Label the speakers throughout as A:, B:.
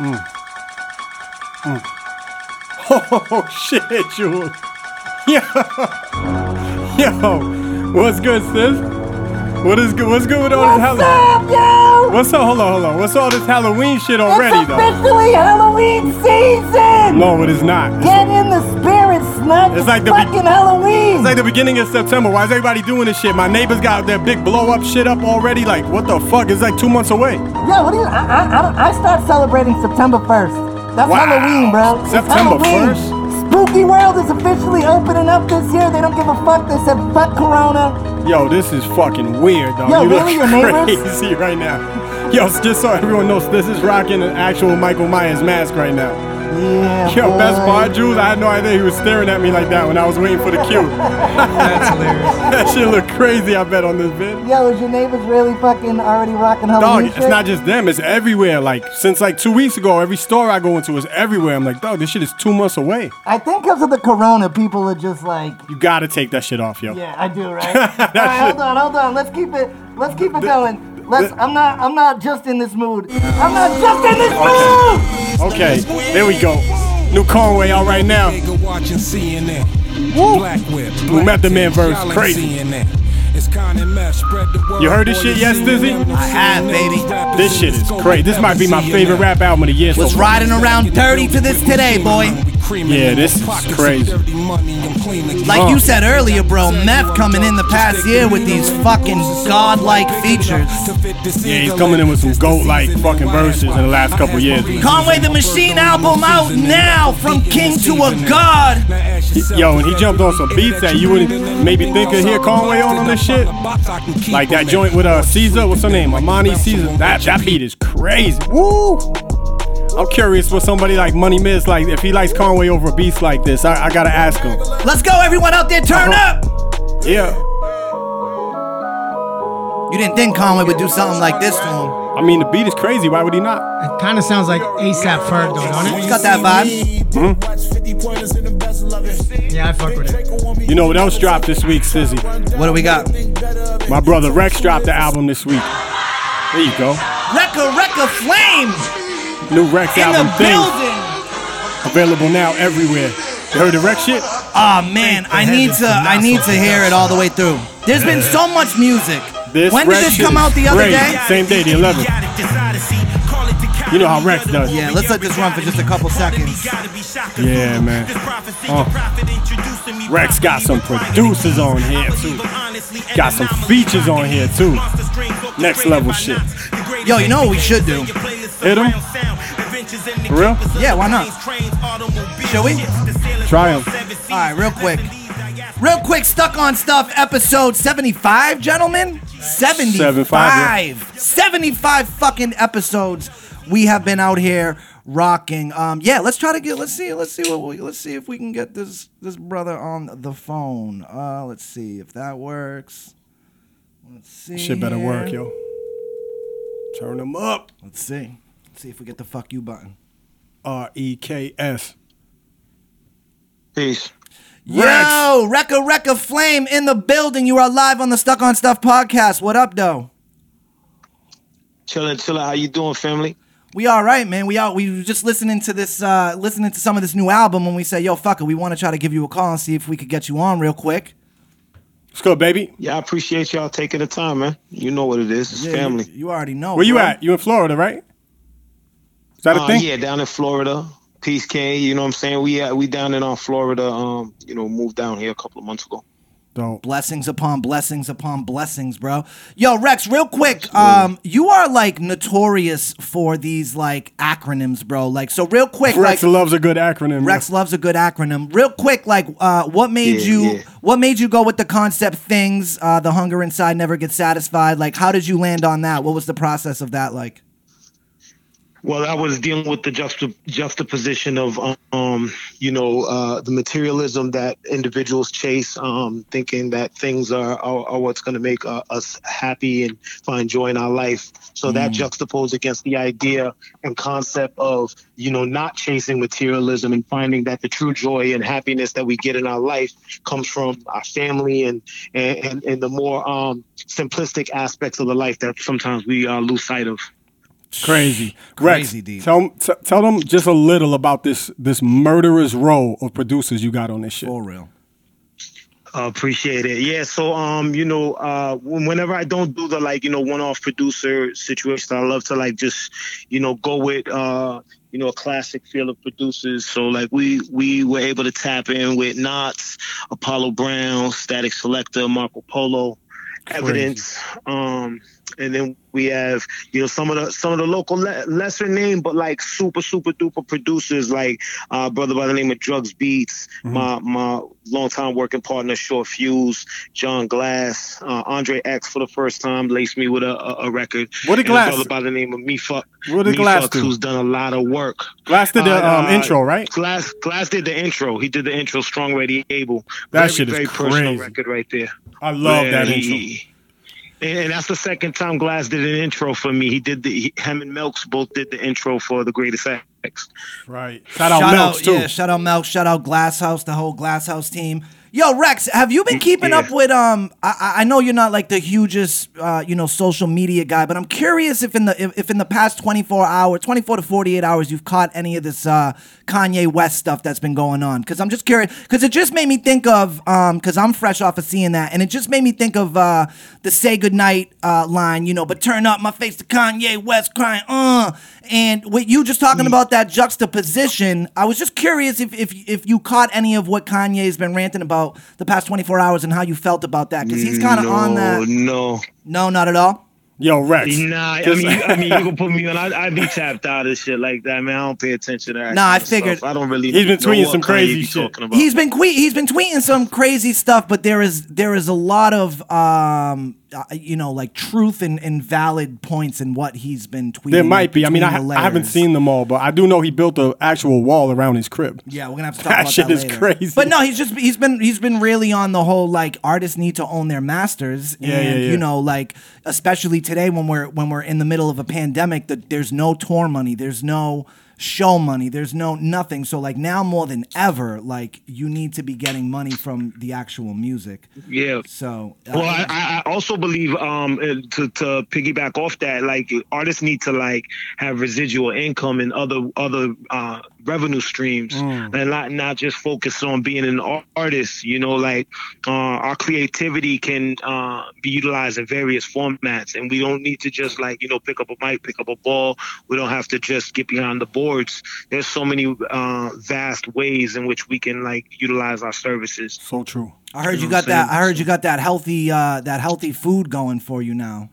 A: Oh shit, Jules. Yo, yo, what's good, sis? What is good? What's good with all this
B: What's
A: Halloween?
B: up, yo?
A: What's up? Hold on, hold on. What's all this Halloween shit already,
B: it's
A: though?
B: officially Halloween season.
A: No, it is not. It's,
B: Get in the spirit, slut.
A: It's like the be-
B: fucking Halloween.
A: it's like the beginning of September. Why is everybody doing this shit? My neighbors got their big blow up shit up already. Like, what the fuck? It's like two months away.
B: yeah, what do you? I, I, I, don't- I start celebrating September first. That's
A: Wow.
B: Halloween, bro. It's
A: September
B: Halloween.
A: 1st?
B: Spooky World is officially opening up this year. They don't give a fuck. They said fuck Corona.
A: Yo, this is fucking weird, dog.
B: Yo,
A: you
B: really, your
A: look
B: neighbors?
A: crazy right now. Yo, just so everyone knows, this is rocking an actual Michael Myers mask right now.
B: Yeah.
A: Yo,
B: boy.
A: best part, Jules, I had no idea he was staring at me like that when I was waiting for the cue.
C: That's hilarious.
A: that shit look crazy, I bet, on this vid.
B: Yo, is your neighbors really fucking already rocking
A: Dog,
B: Halloween
A: it's
B: shit?
A: not just them, it's everywhere. Like, since like two weeks ago, every store I go into is everywhere. I'm like, dog, this shit is two months away.
B: I think because of the Corona, people are just like.
A: You gotta take that shit off, yo.
B: Yeah, I do, right? All right, hold on, hold on. Let's keep it. Let's keep it going. Let's. I'm not. I'm not just in this mood. I'm not just in this mood.
A: Okay, there we go. New Conway out right now.
C: Nigga watching CNN.
A: Woo.
C: Black whip.
A: Blue
C: black
A: Method Man
C: tits,
A: verse
C: y'all ain't
A: crazy.
C: seeing that. It's Connie Mack, spread the word.
A: You heard this
C: Boy,
A: shit,
C: you
A: yes,
C: seen
A: Dizzy?
C: them, them
D: I have,
C: seen them,
D: baby.
C: them rappers
A: This
C: in
A: shit
C: the
A: is
C: scope,
A: crazy. This
C: never
A: might be my
C: seeing
A: favorite
C: that.
A: rap album of the year. so
D: Was
A: far.
D: riding around dirty to this today, boy.
A: Yeah, this is crazy.
D: Like you said earlier, bro, meth coming in the past year with these fucking godlike features.
A: Yeah, he's coming in with some goat-like fucking verses in the last couple years.
D: Conway the Machine album out now, from king to a god.
A: Yo, and he jumped on some beats that you wouldn't maybe think of hear Conway on on this shit. Like that joint with uh Caesar, what's her name? Amani Caesar. That that beat is crazy. Woo! I'm curious what somebody like Money Miz like if he likes Conway over beats like this. I, I gotta ask him.
D: Let's go, everyone out there, turn up!
A: Yeah.
D: You didn't think Conway would do something like this to him.
A: I mean the beat is crazy. Why would he not?
E: It kind of sounds like ASAP Ferg, though, don't
D: It's got that vibe.
E: it? Yeah, I fuck with it.
A: You know what else dropped this week, Sizzy?
D: What do we got?
A: My brother Rex dropped the album this week. There you go.
D: Wrecker, Wrecker Flame
A: New Rex
D: in the
A: album thing
D: building.
A: available now everywhere. You heard the Rex shit?
D: Ah man, I need to I need to hear it all the way through. There's been so much music.
A: This
D: when did
A: Rex
D: this
A: shit
D: come
A: is
D: out the other
A: crazy.
D: day?
A: Same day, the 11th. You know how Rex does.
D: Yeah, let's let this run for just a couple seconds.
A: Yeah, man.
F: Oh.
A: Uh, Rex got some producers on here, too. Got some features on here, too. Next level shit.
D: Yo, you know what we should do?
A: Hit 'em? For real?
D: Yeah, why not? Shall we?
A: Try 'em.
D: All right, real quick. Real quick, Stuck on Stuff, episode 75, gentlemen. 75. 75,
A: 75,
D: fucking episodes we have been out here rocking. Um, yeah, let's try to get, let's see, let's see what we, let's see if we can get this, this brother on the phone. Uh, let's see if that works. Let's see.
A: Shit better
D: here.
A: work, yo. Turn them up.
D: Let's see. Let's see if we get the fuck you button.
A: R E K S.
G: Peace.
D: Yo, Recca Recca Flame in the building. You are live on the Stuck on Stuff podcast. What up, though?
G: Chillin', chillin'. How you doing, family?
D: We all right, man. We out. We were just listening to this, uh, listening to some of this new album, and we say, "Yo, fucker, we want to try to give you a call and see if we could get you on real quick."
A: Let's go, baby.
G: Yeah, I appreciate y'all taking the time, man. You know what it is. It's
D: Yeah,
G: family.
D: You, you already know.
A: Where you
D: bro.
A: at? You in Florida, right? Is that a
G: Uh,
A: thing?
G: yeah, down in Florida. Peace King. You know what I'm saying? We uh, we down in our Florida, um, you know, moved down here a couple of months ago.
A: Don't.
D: Blessings upon blessings upon blessings, bro. Yo, Rex, real quick. Um, you are like notorious for these like acronyms, bro. Like, so real quick,
A: Rex
D: like
A: loves a good acronym.
D: Rex
A: Rex.
D: loves a good acronym. Real quick, like, uh, what made
G: Yeah,
D: you?
G: yeah.
D: What made you go with the concept things? Uh, the hunger inside never gets satisfied. Like, how did you land on that? What was the process of that like?
G: Well, I was dealing with the juxta- juxtaposition of, um, you know, uh, the materialism that individuals chase, um, thinking that things are, are, are what's going to make uh, us happy and find joy in our life. So that juxtaposed against the idea and concept of, you know, not chasing materialism and finding that the true joy and happiness that we get in our life comes from our family and and, and, and the more um, simplistic aspects of the life that sometimes we uh, lose sight of.
A: Crazy.
D: Crazy
A: Rex,
D: deep.
A: Tell, t- tell them just a little about this this murderous row of producers you got on this shit.
D: For real.
G: Uh, appreciate it. Yeah. So, um, you know, uh, when- whenever I don't do the like, you know, one-off producer situation, I love to like just, you know, go with, uh, you know, a classic field of producers. So, like, we we were able to tap in with Knots, Apollo Brown, Static Selector, Marco Polo, Evidence, um, and then we have, you know, some of the some of the local le- lesser name but like super super duper producers like uh, a brother by the name of Drugs Beats,
A: Mm-hmm.
G: my my longtime working partner Short Fuse, John Glass, uh, Andre X for the first time laced me with a, a, a record.
A: What did
G: And a
A: Glass-
G: brother by the name of Me Fuck,
A: What did
G: Me
A: Glass
G: Fuck,
A: do?
G: who's done a lot of work.
A: Glass did the
G: Uh,
A: um,
G: uh,
A: intro, right?
G: Glass Glass did the intro. He did the intro. Strong Ready Able.
A: That
G: very,
A: shit is
G: very personal
A: crazy.
G: record right there.
A: I love
G: Yeah,
A: that
G: he-
A: intro.
G: And, and that's the second time Glass did an intro for me. He did the he, him and Melks both did the intro for the Greatest Acts.
A: Right. Shout out Melks, too.
D: yeah, shout out Melk, shout out Glasshouse, the whole Glasshouse team. Yo, Rex, have you been keeping
G: Mm, yeah.
D: up with um? I, I I know you're not like the hugest, uh, you know, social media guy, but I'm curious if in the if, if in the past 24 hour, 24 to 48 hours, you've caught any of this uh, Kanye West stuff that's been going on. Because I'm just curious, because it just made me think of um, because I'm fresh off of seeing that, and it just made me think of uh, the "Say Goodnight" uh, line, you know, but turn up my face to Kanye West crying, uh, and with you just talking about that juxtaposition, I was just curious if if if you caught any of what Kanye's been ranting about the past 24 hours and how you felt about that because he's kind of
G: Mm, no,
D: on that.
G: No,
D: No, not at all.
A: Yo, Rex.
G: nah. I mean, I mean, you can put me on. I I be tapped out of shit like that, man. I don't pay attention to that.
D: Nah,
G: kind
D: I
G: of stuff.
D: figured-
G: I don't really.
A: He's been
G: know
A: tweeting
G: what
A: some
G: Kanye
A: crazy
G: be
A: shit.
G: talking about.
D: He's been que- he's been tweeting some crazy stuff, but there is there is a lot of um uh, you know like truth and, and valid points in what he's been tweeting.
A: There might be. I mean, I,
D: between the
A: I haven't
D: layers.
A: seen them all, but I do know he built an actual wall around his crib.
D: Yeah, we're gonna have to talk
A: That
D: about
A: shit
D: that
A: is
D: later.
A: crazy.
D: But no, he's just he's been he's been really on the whole like artists need to own their masters,
A: Yeah,
D: and
A: yeah, yeah.
D: you know like especially today when we're when we're in the middle of a pandemic that there's no tour money, there's no show money, there's no nothing. So like now more than ever, like you need to be getting money from the actual music.
G: yeah.
D: So uh,
G: Well, I, I I also believe um, and to, to piggyback off that, like artists need to like have residual income and other other uh, revenue streams, and not not just focus on being an ar- artist. You know, like uh, our creativity can uh, be utilized in various formats, and we don't need to just like you know pick up a mic, pick up a ball. We don't have to just get behind the boards. There's so many uh, vast ways in which we can like utilize our services.
A: So true.
D: I heard you
G: know
D: got
G: what I'm
D: that.
G: saying?
D: I heard you got that healthy uh, that healthy food going for you now.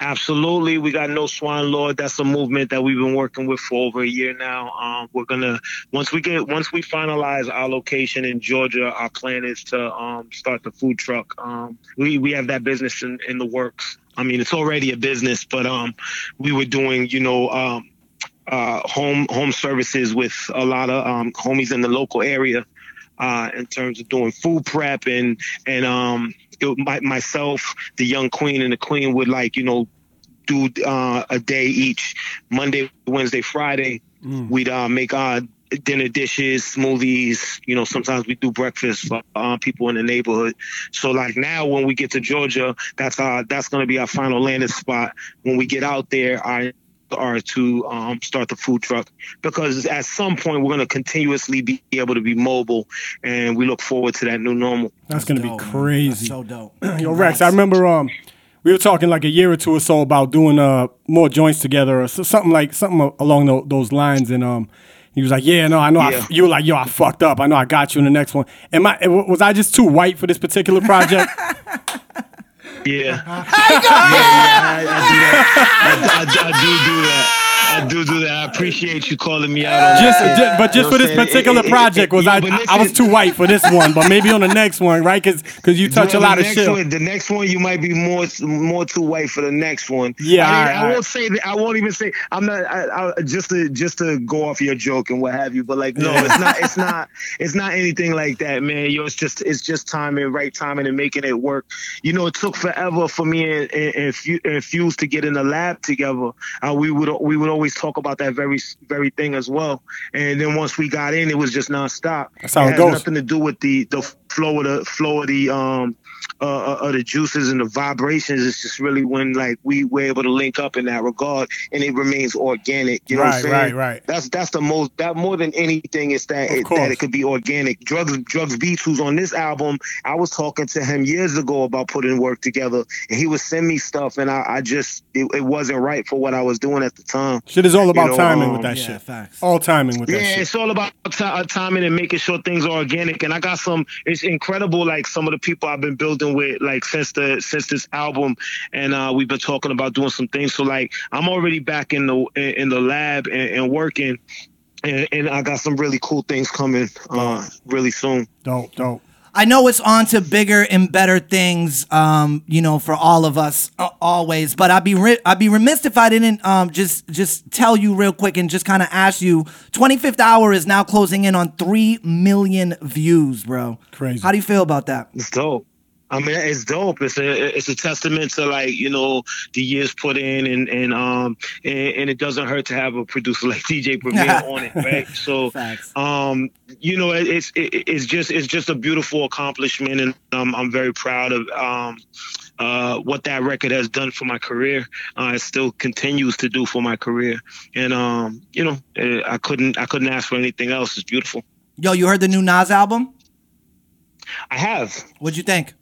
G: Absolutely. We got No Swan Law. That's a movement that we've been working with for over a year now. Um, we're gonna once we get once we finalize our location in Georgia, our plan is to um, start the food truck. Um, we we have that business in, in the works. I mean, it's already a business, but um, we were doing you know um, uh, home home services with a lot of um, homies in the local area uh, in terms of doing food prep and and um, it, my, myself, the young queen, and the queen would like you know do uh, a day each Monday, Wednesday, Friday. We'd uh, make uh, dinner dishes, smoothies. You know, sometimes we do breakfast for uh, people in the neighborhood. So like now, when we get to Georgia, that's our that's going to be our final landing spot. When we get out there, our are to um, start the food truck because at some point we're going to continuously be able to be mobile and we look forward to that new normal
A: That's, going to be
D: dope, Oh, man. That's
A: crazy.
D: so dope.
A: Yo, Rex, I remember um, we were talking like a year or two or so about doing uh more joints together or so, something like something along tho- those lines, and um, he was like, "Yeah, no, I know." I f
G: Yeah.
A: you were like, "Yo, I fucked up. I know. I got you in the next one." Am I w- was I just too white for this particular project?
G: Yeah. I go. Yeah, I, I do that. I, I- I do do that. I do do that. I appreciate you calling me out. On
A: just,
G: that.
A: ju- but just
G: You
A: for
G: know
A: this
G: what I'm saying?
A: particular
G: It- it- it-
A: project, was
G: yeah,
A: I
G: but
A: I was
G: listen-
A: too white for this one, but maybe on the next one, right? Because you touch a
G: Well,
A: lot
G: the
A: of
G: next
A: shit.
G: One, the next one, you might be more more too white for the next one.
A: Yeah,
G: I,
A: alright,
G: I won't
A: alright.
G: say that. I won't even say. I'm not. I, I, just to just to go off your joke and what have you. But like, no, it's not. It's not. It's not anything like that, man. Yo, it's just it's just timing, right timing, and making it work. You know, it took forever for me and and, and, Fu- and Fuse to get in the lab together. Uh, we would we would always talk about that very very thing as well. And then once we got in, it was just nonstop.
A: That's how it
G: had
A: goes.
G: Nothing to do with the the flow of the flow of the um uh, of the juices and the vibrations. It's just really when like we were able to link up in that regard, and it remains organic. You know what I'm
A: Right,
G: saying?
A: right, right.
G: That's that's the most that more than anything is that
A: Of
G: it,
A: course.
G: that it could be organic. Drugs Drugs Beats, who's on this album, I was talking to him years ago about putting work together, and he would send me stuff, and I, I just it, it wasn't right for what I was doing at the time.
A: Shit is all about
G: know,
A: timing
G: um,
A: with that
D: yeah,
A: shit.
D: facts.
A: All timing with that
G: Yeah,
A: shit.
G: it's all about ti- uh, timing and making sure things are organic. And I got some. It's incredible. Like some of the people I've been building with, like since the since this album, and uh, we've been talking about doing some things. So like I'm already back in the in, in the lab and, and working. And, and I got some really cool things coming uh, really soon.
A: Dope, dope.
D: I know it's on to bigger and better things, um, you know, for all of us uh, always. But I'd be re- I'd be remiss if I didn't um, just just tell you real quick and just kind of ask you. Twenty fifth hour is now closing in on three million views, bro.
A: Crazy.
D: How do you feel about that?
G: It's dope. I mean, it's dope. It's a it's a testament to like you know the years put in, and and um and, and it doesn't hurt to have a producer like DJ Premier on it, right? So,
D: Facts.
G: um, you know, it, it's it, it's just it's just a beautiful accomplishment, and um, I'm very proud of um uh what that record has done for my career. Uh, it still continues to do for my career, and um, you know, eh, I couldn't I couldn't ask for anything else. It's beautiful.
D: Yo, you heard the new Nas album?
G: I have
D: What'd you think?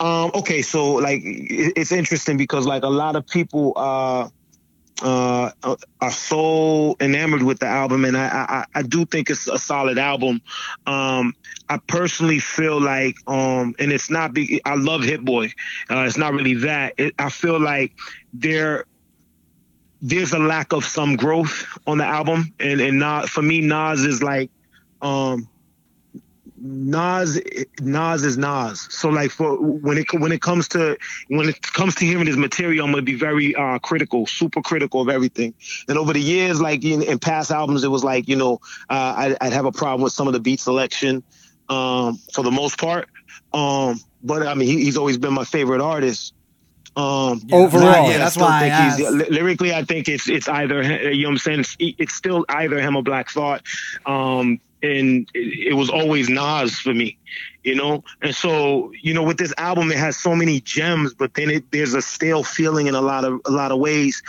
G: Um, okay, so like it- it's interesting because like a lot of people uh, uh, are so enamored with the album, and I, I I do think it's a solid album. Um, I personally feel like, um, and it's not. Be- I love Hit Boy. Uh, it's not really that. It, I feel like there there's a lack of some growth on the album, and and Nas, for me, Nas is like. Um, Nas Nas is Nas. So like for when it when it comes to when it comes to hearing his material, I'm gonna be very uh, critical, super critical of everything. And over the years, like in, in past albums, it was like you know uh, I'd, I'd have a problem with some of the beat selection um, for the most part. Um, but I mean, he, he's always been my favorite artist. Um,
A: Overall.
G: I-
A: Yeah,
G: I
D: that's
G: still
D: why I
G: think he's-
D: asked.
G: ly- lyrically, I think it's it's either you know what I'm saying. It's, it's still either him or Black Thought, um, and it, it was always Nas for me, you know. And so you know, with this album, it has so many gems, but then it, there's a stale feeling in a lot of a lot of ways.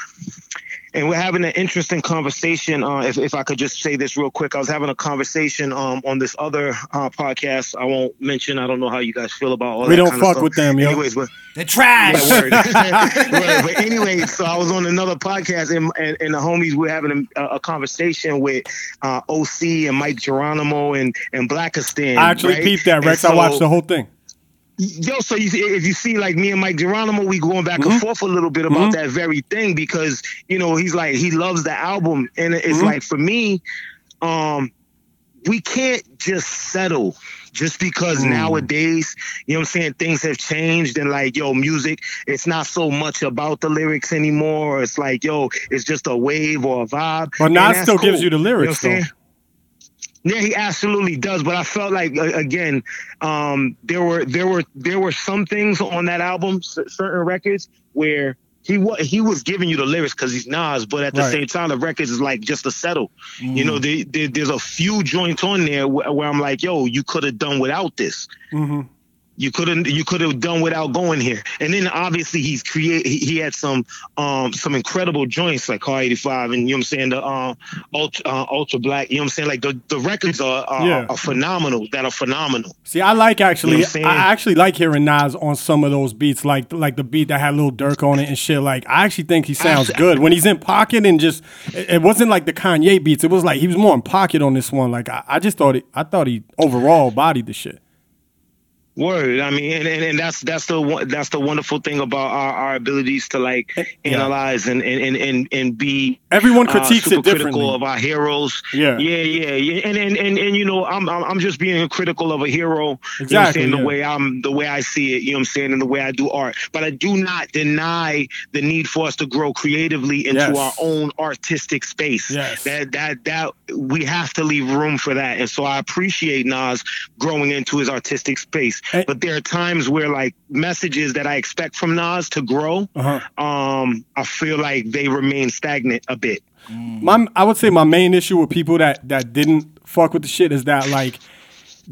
G: And we're having an interesting conversation. Uh, if, if I could just say this real quick, I was having a conversation um, on this other uh, podcast. I won't mention. I don't know how you guys feel about all
A: We
G: that.
A: don't
G: kinda
A: fuck
G: stuff.
A: with them, yo.
G: Anyways, but
D: They're trash.
G: yeah, word. Word. But anyway, so I was on another podcast, and, and, and the homies were having a, a conversation with uh, OC and Mike Geronimo and and Blackistan.
A: I actually
G: right?
A: peeped that,
G: And
A: Rex. I
G: so-
A: watched the whole thing.
G: Yo, so you, see- if you see, like me and Mike Geronimo, we going back
A: Mm-hmm.
G: and forth a little bit about that very thing because you know he's like he loves the album, and it's
A: Mm-hmm.
G: like for me, um, we can't just settle just because
A: Mm.
G: nowadays, you know what I'm saying, things have changed and like, yo, music, it's not so much about the lyrics anymore. It's like, yo, it's just a wave or a vibe.
A: But
G: And
A: Nas
G: that's
A: still gives you the
G: know what
A: lyrics,
G: I'm
A: though.
G: saying? Yeah, he absolutely does. But I felt like a- again, um, there were there were there were some things on that album, c- certain records where he was he was giving you the lyrics because he's Nas, but at the
A: Right.
G: same time, the records is like just a settle. You know, they, they, there's a few joints on there where, where I'm like, yo, you could have done without this. You couldn't. You could have done without going here. And then obviously he's create. He, he had some um some incredible joints like Car eighty five and you know what I'm saying the um ultra uh, ultra black. You know what I'm saying like the, the records are are,
A: Yeah.
G: are phenomenal. That are phenomenal.
A: See, I like actually,
G: You know what I'm saying?
A: I actually like hearing Nas on some of those beats, like like the beat that had Lil Durk on it and shit. Like, I actually think he sounds good when he's in pocket and just. It, it wasn't like the Kanye beats. It was like he was more in pocket on this one. Like, I, I just thought it. I thought he overall bodied the shit.
G: Word. I mean, and, and, and that's that's the one that's the wonderful thing about our, our abilities to like analyze and and and and, and be
A: Eh, Everyone critiques it
G: super critical
A: differently.
G: of our heroes.
A: Yeah.
G: yeah, yeah, yeah. And and and, and you know, I'm, I'm I'm just being critical of a hero. You know what I'm
A: Exactly,
G: saying?
A: yeah.
G: The way I'm, the way I see it. You know what I'm saying? And the way I do art. But I do not deny the need for us to grow creatively into
A: Yes.
G: our own artistic space.
A: Yes.
G: That that that we have to leave room for that. And so I appreciate Nas growing into his artistic space.
A: Hey.
G: But there are times where like messages that I expect from Nas to grow,
A: Uh-huh.
G: um, I feel like they remain stagnant a bit.
A: my I would say my main issue with people that that didn't fuck with the shit is that like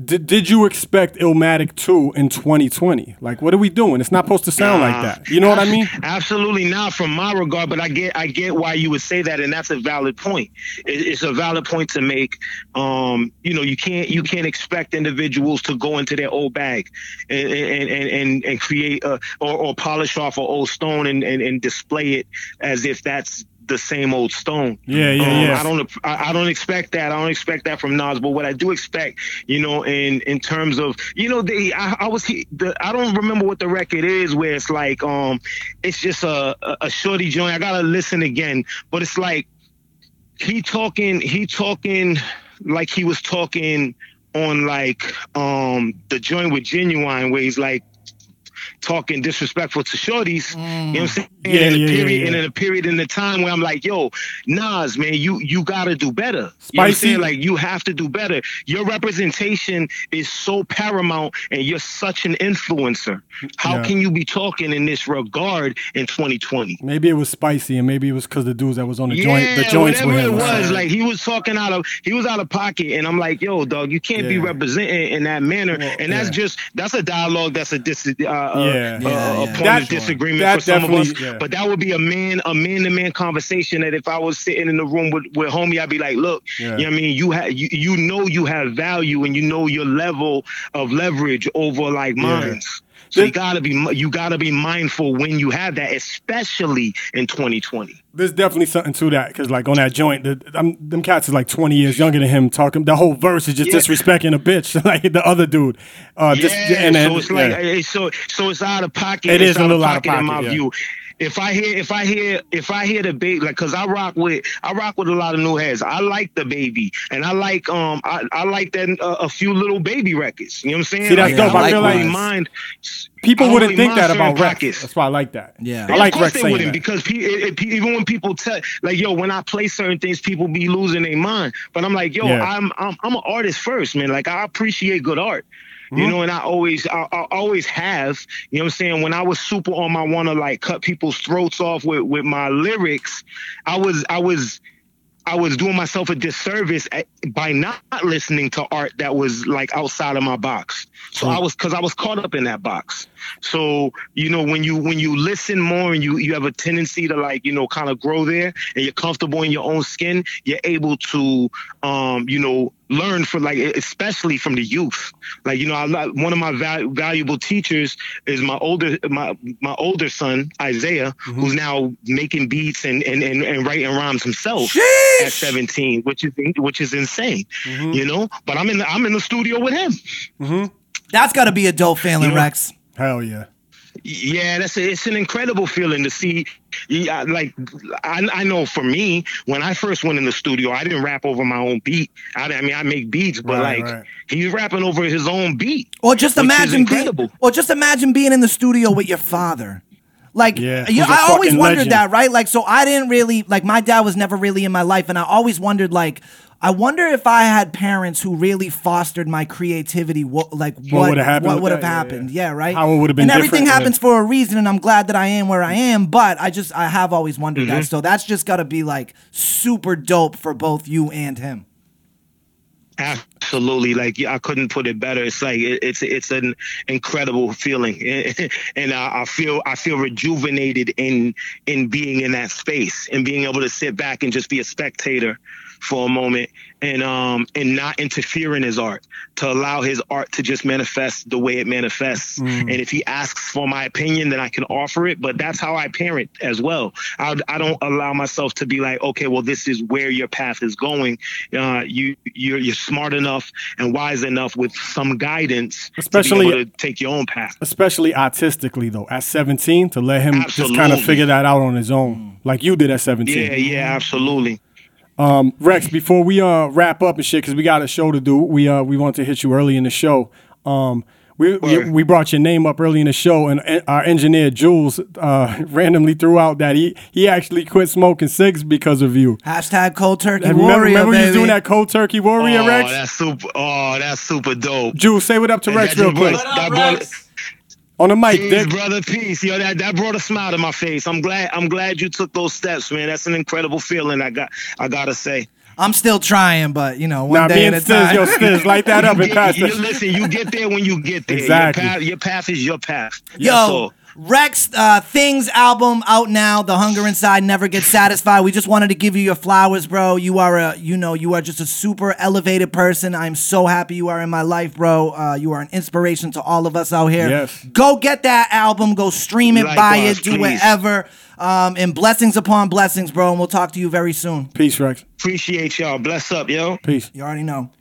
A: Did, did you expect Illmatic 2 in 2020? Like, what are we doing? It's not supposed to sound like that. You know what I mean?
G: Absolutely not, from my regard. But I get, I get why you would say that, and that's a valid point. It, it's a valid point to make. Um, you know, you can't, you can't expect individuals to go into their old bag and and and and, and create a, or, or polish off an old stone and, and and display it as if that's the same old stone.
A: Yeah, yeah,
G: Um,
A: yeah.
G: I don't, I, I don't expect that. I don't expect that from Nas. But what I do expect, you know, in in terms of, you know, the I, I was, he- the, I don't remember what the record is where it's like, um, it's just a a- a shorty joint. I gotta listen again, but it's like he talking, he talking like he was talking on like um the joint with genuine where he's like talking disrespectful to shorties. You know what I'm saying?
A: Mm. Yeah,
G: in a
A: yeah, yeah,
G: period,
A: yeah.
G: And in a period in the time where I'm like, yo, Nas, man, you you gotta do better. You know what I'm
A: Spicy.
G: saying? Like you have to do better. Your representation is so paramount and you're such an influencer. How
A: Yeah.
G: can you be talking in this regard in 2020?
A: Maybe it was spicy, and maybe it was because the dudes that was on the joint, the
G: yeah,
A: joints
G: whatever
A: with him.
G: it
A: or
G: was,
A: something.
G: like he was talking out of he was out of pocket, and I'm like, yo, dog, you can't be
A: Yeah.
G: representing in that manner,
A: Well,
G: and that's
A: yeah.
G: just that's a dialogue, that's a dis, uh, uh,
A: Yeah.
G: uh,
A: Yeah,
G: a
D: yeah.
G: point
A: That-
G: of disagreement
A: that
G: for some of us,
A: definitely- yeah.
G: but that would be a man a man to man conversation that if I was sitting in the room with with homie, I'd be like, look,
A: Yeah.
G: you know what I mean, you have you, you know you have value and you know your level of leverage over like minds. So you
A: This-
G: gotta be you gotta be mindful when you have that, especially in 2020.
A: There's definitely something to that because, like, on that joint, the, them, them cats is like 20 years younger than him. Talking the whole verse is just
G: Yeah.
A: disrespecting a bitch, like the other dude. Uh,
G: Yeah,
A: just, and, then
G: so it's like
A: yeah.
G: eh, so so it's out of pocket.
A: It
G: it's
A: is a little out of
G: in my
A: pocket, yeah.
G: view. If I hear if I hear if I hear the baby, like, cause I rock with I rock with a lot of new heads. I like the baby, and I like um I, I like that uh, a few little baby records. You know what I'm saying?
A: See, that's
G: like,
A: dope. I feel
G: don't
A: like
G: really mind. I
A: people
G: don't
A: wouldn't
G: really
A: think
G: mind
A: that
G: certain
A: about Rex.
G: pockets.
A: That's why I like that.
D: Yeah.
A: I like
G: of course
A: Rex
G: they
A: saying that.
G: wouldn't because pe- it- it- pe- even when people tell like yo when I play certain things people be losing their mind but I'm like yo
A: Yeah.
G: I'm, I'm I'm an artist first man like I appreciate good art
A: Mm-hmm.
G: you know and I always I, I always have you know what I'm saying when I was super on my want to like cut people's throats off with with my lyrics I was I was I was doing myself a disservice at, by not listening to art that was like outside of my box. So I was because I was caught up in that box. So you know when you when you listen more and you you have a tendency to like you know kind of grow there and you're comfortable in your own skin, you're able to um you know learn for like e, especially from the youth. Like you know I lo- one of my val- valuable teachers is my older my my older son Isaiah who's now making beats and and and, and writing rhymes himself at 17, which is which is insane,
A: Mm-hmm.
G: you know. But I'm in the, I'm in the studio with him.
D: That's got to be a dope feeling, Rex.
A: Hell yeah.
G: Yeah, that's a, it's an incredible feeling to see. Yeah, I- like I, I know for me, when I first went in the studio, I didn't rap over my own beat. I, I mean, I make beats, but
A: Right,
G: like
A: right.
G: he's rapping over his own beat.
D: Or just
G: Which is
D: imagine
G: incredible.
D: being, or just imagine being in the studio with your father. Like
A: Yeah,
D: you,
A: he's a
D: I always
A: fucking
D: wondered
A: legend.
D: that, right? Like so I didn't really like my dad was never really in my life and I always wondered like I wonder if I had parents who really fostered my creativity what like what what would
A: would've
D: have
A: happened with
D: happened,
A: that? Yeah, yeah.
D: Yeah, right?
A: How it would've been
D: And
A: different,
D: everything
A: yeah.
D: happens for a reason and I'm glad that I am where I am, but I just I have always wondered
A: Mm-hmm.
D: that. So that's just got to be like super dope for both you and him.
G: Absolutely, like yeah, I couldn't put it better. It's like it, it's it's an incredible feeling, and I, I feel I feel rejuvenated in in being in that space and being able to sit back and just be a spectator for a moment and um and not interfere in his art to allow his art to just manifest the way it manifests
A: Mm.
G: and if he asks for my opinion then i can offer it but that's how i parent as well i, I don't allow myself to be like okay well this is where your path is going uh you you're, you're smart enough and wise enough with some guidance
A: Especially-
G: to, be able to take your own path
A: Especially artistically, though. At 17, to let him just kind of
G: Absolutely. Mm.
A: figure that out on his own, like you did at 17.
G: yeah yeah absolutely
A: Rex, before we uh wrap up and shit, because we got a show to do. We uh we wanted to hit you early in the show. Um, we we,
G: Word.
A: we brought your name up early in the show, and uh, our engineer Jules uh randomly threw out that he he actually quit smoking cigs because of you.
D: Hashtag cold turkey
A: And remember,
D: warrior
A: remember you
D: baby.
A: was doing that cold turkey warrior,
G: oh
A: Rex?
G: that's super oh that's super dope
A: Jules, say what up to Rex
G: That
A: real
G: just brought-
A: quick
G: that brought-
A: on the mic.
G: Peace,
A: Dick.
G: brother. Peace. Yo, that, that brought a smile to my face. I'm glad. I'm glad you took those steps, man. That's an incredible feeling. I got. I gotta say.
D: I'm still trying, but you know, one
A: Now, me
D: day at
A: and
D: a
A: Stiz,
D: time.
A: yo, Stiz, light that up and pass
G: You,
A: that.
G: listen, you get there when you get there.
A: Exactly.
G: Your path, your path is your path. That's
D: Yo,
G: all.
D: Rex uh, Things album out now. The hunger inside never gets satisfied. We just wanted to give you your flowers, bro. You are a, you know, you are just a super elevated person. I'm so happy you are in my life, bro. Uh, you are an inspiration to all of us out here.
A: Yes.
D: Go get that album. Go stream it, buy
G: Likewise,
D: it, do
G: please.
D: whatever. Um, and blessings upon blessings, bro. And we'll talk to you very soon.
A: Peace, Rex.
G: Appreciate y'all. Bless up, yo.
A: Peace.
D: You already know.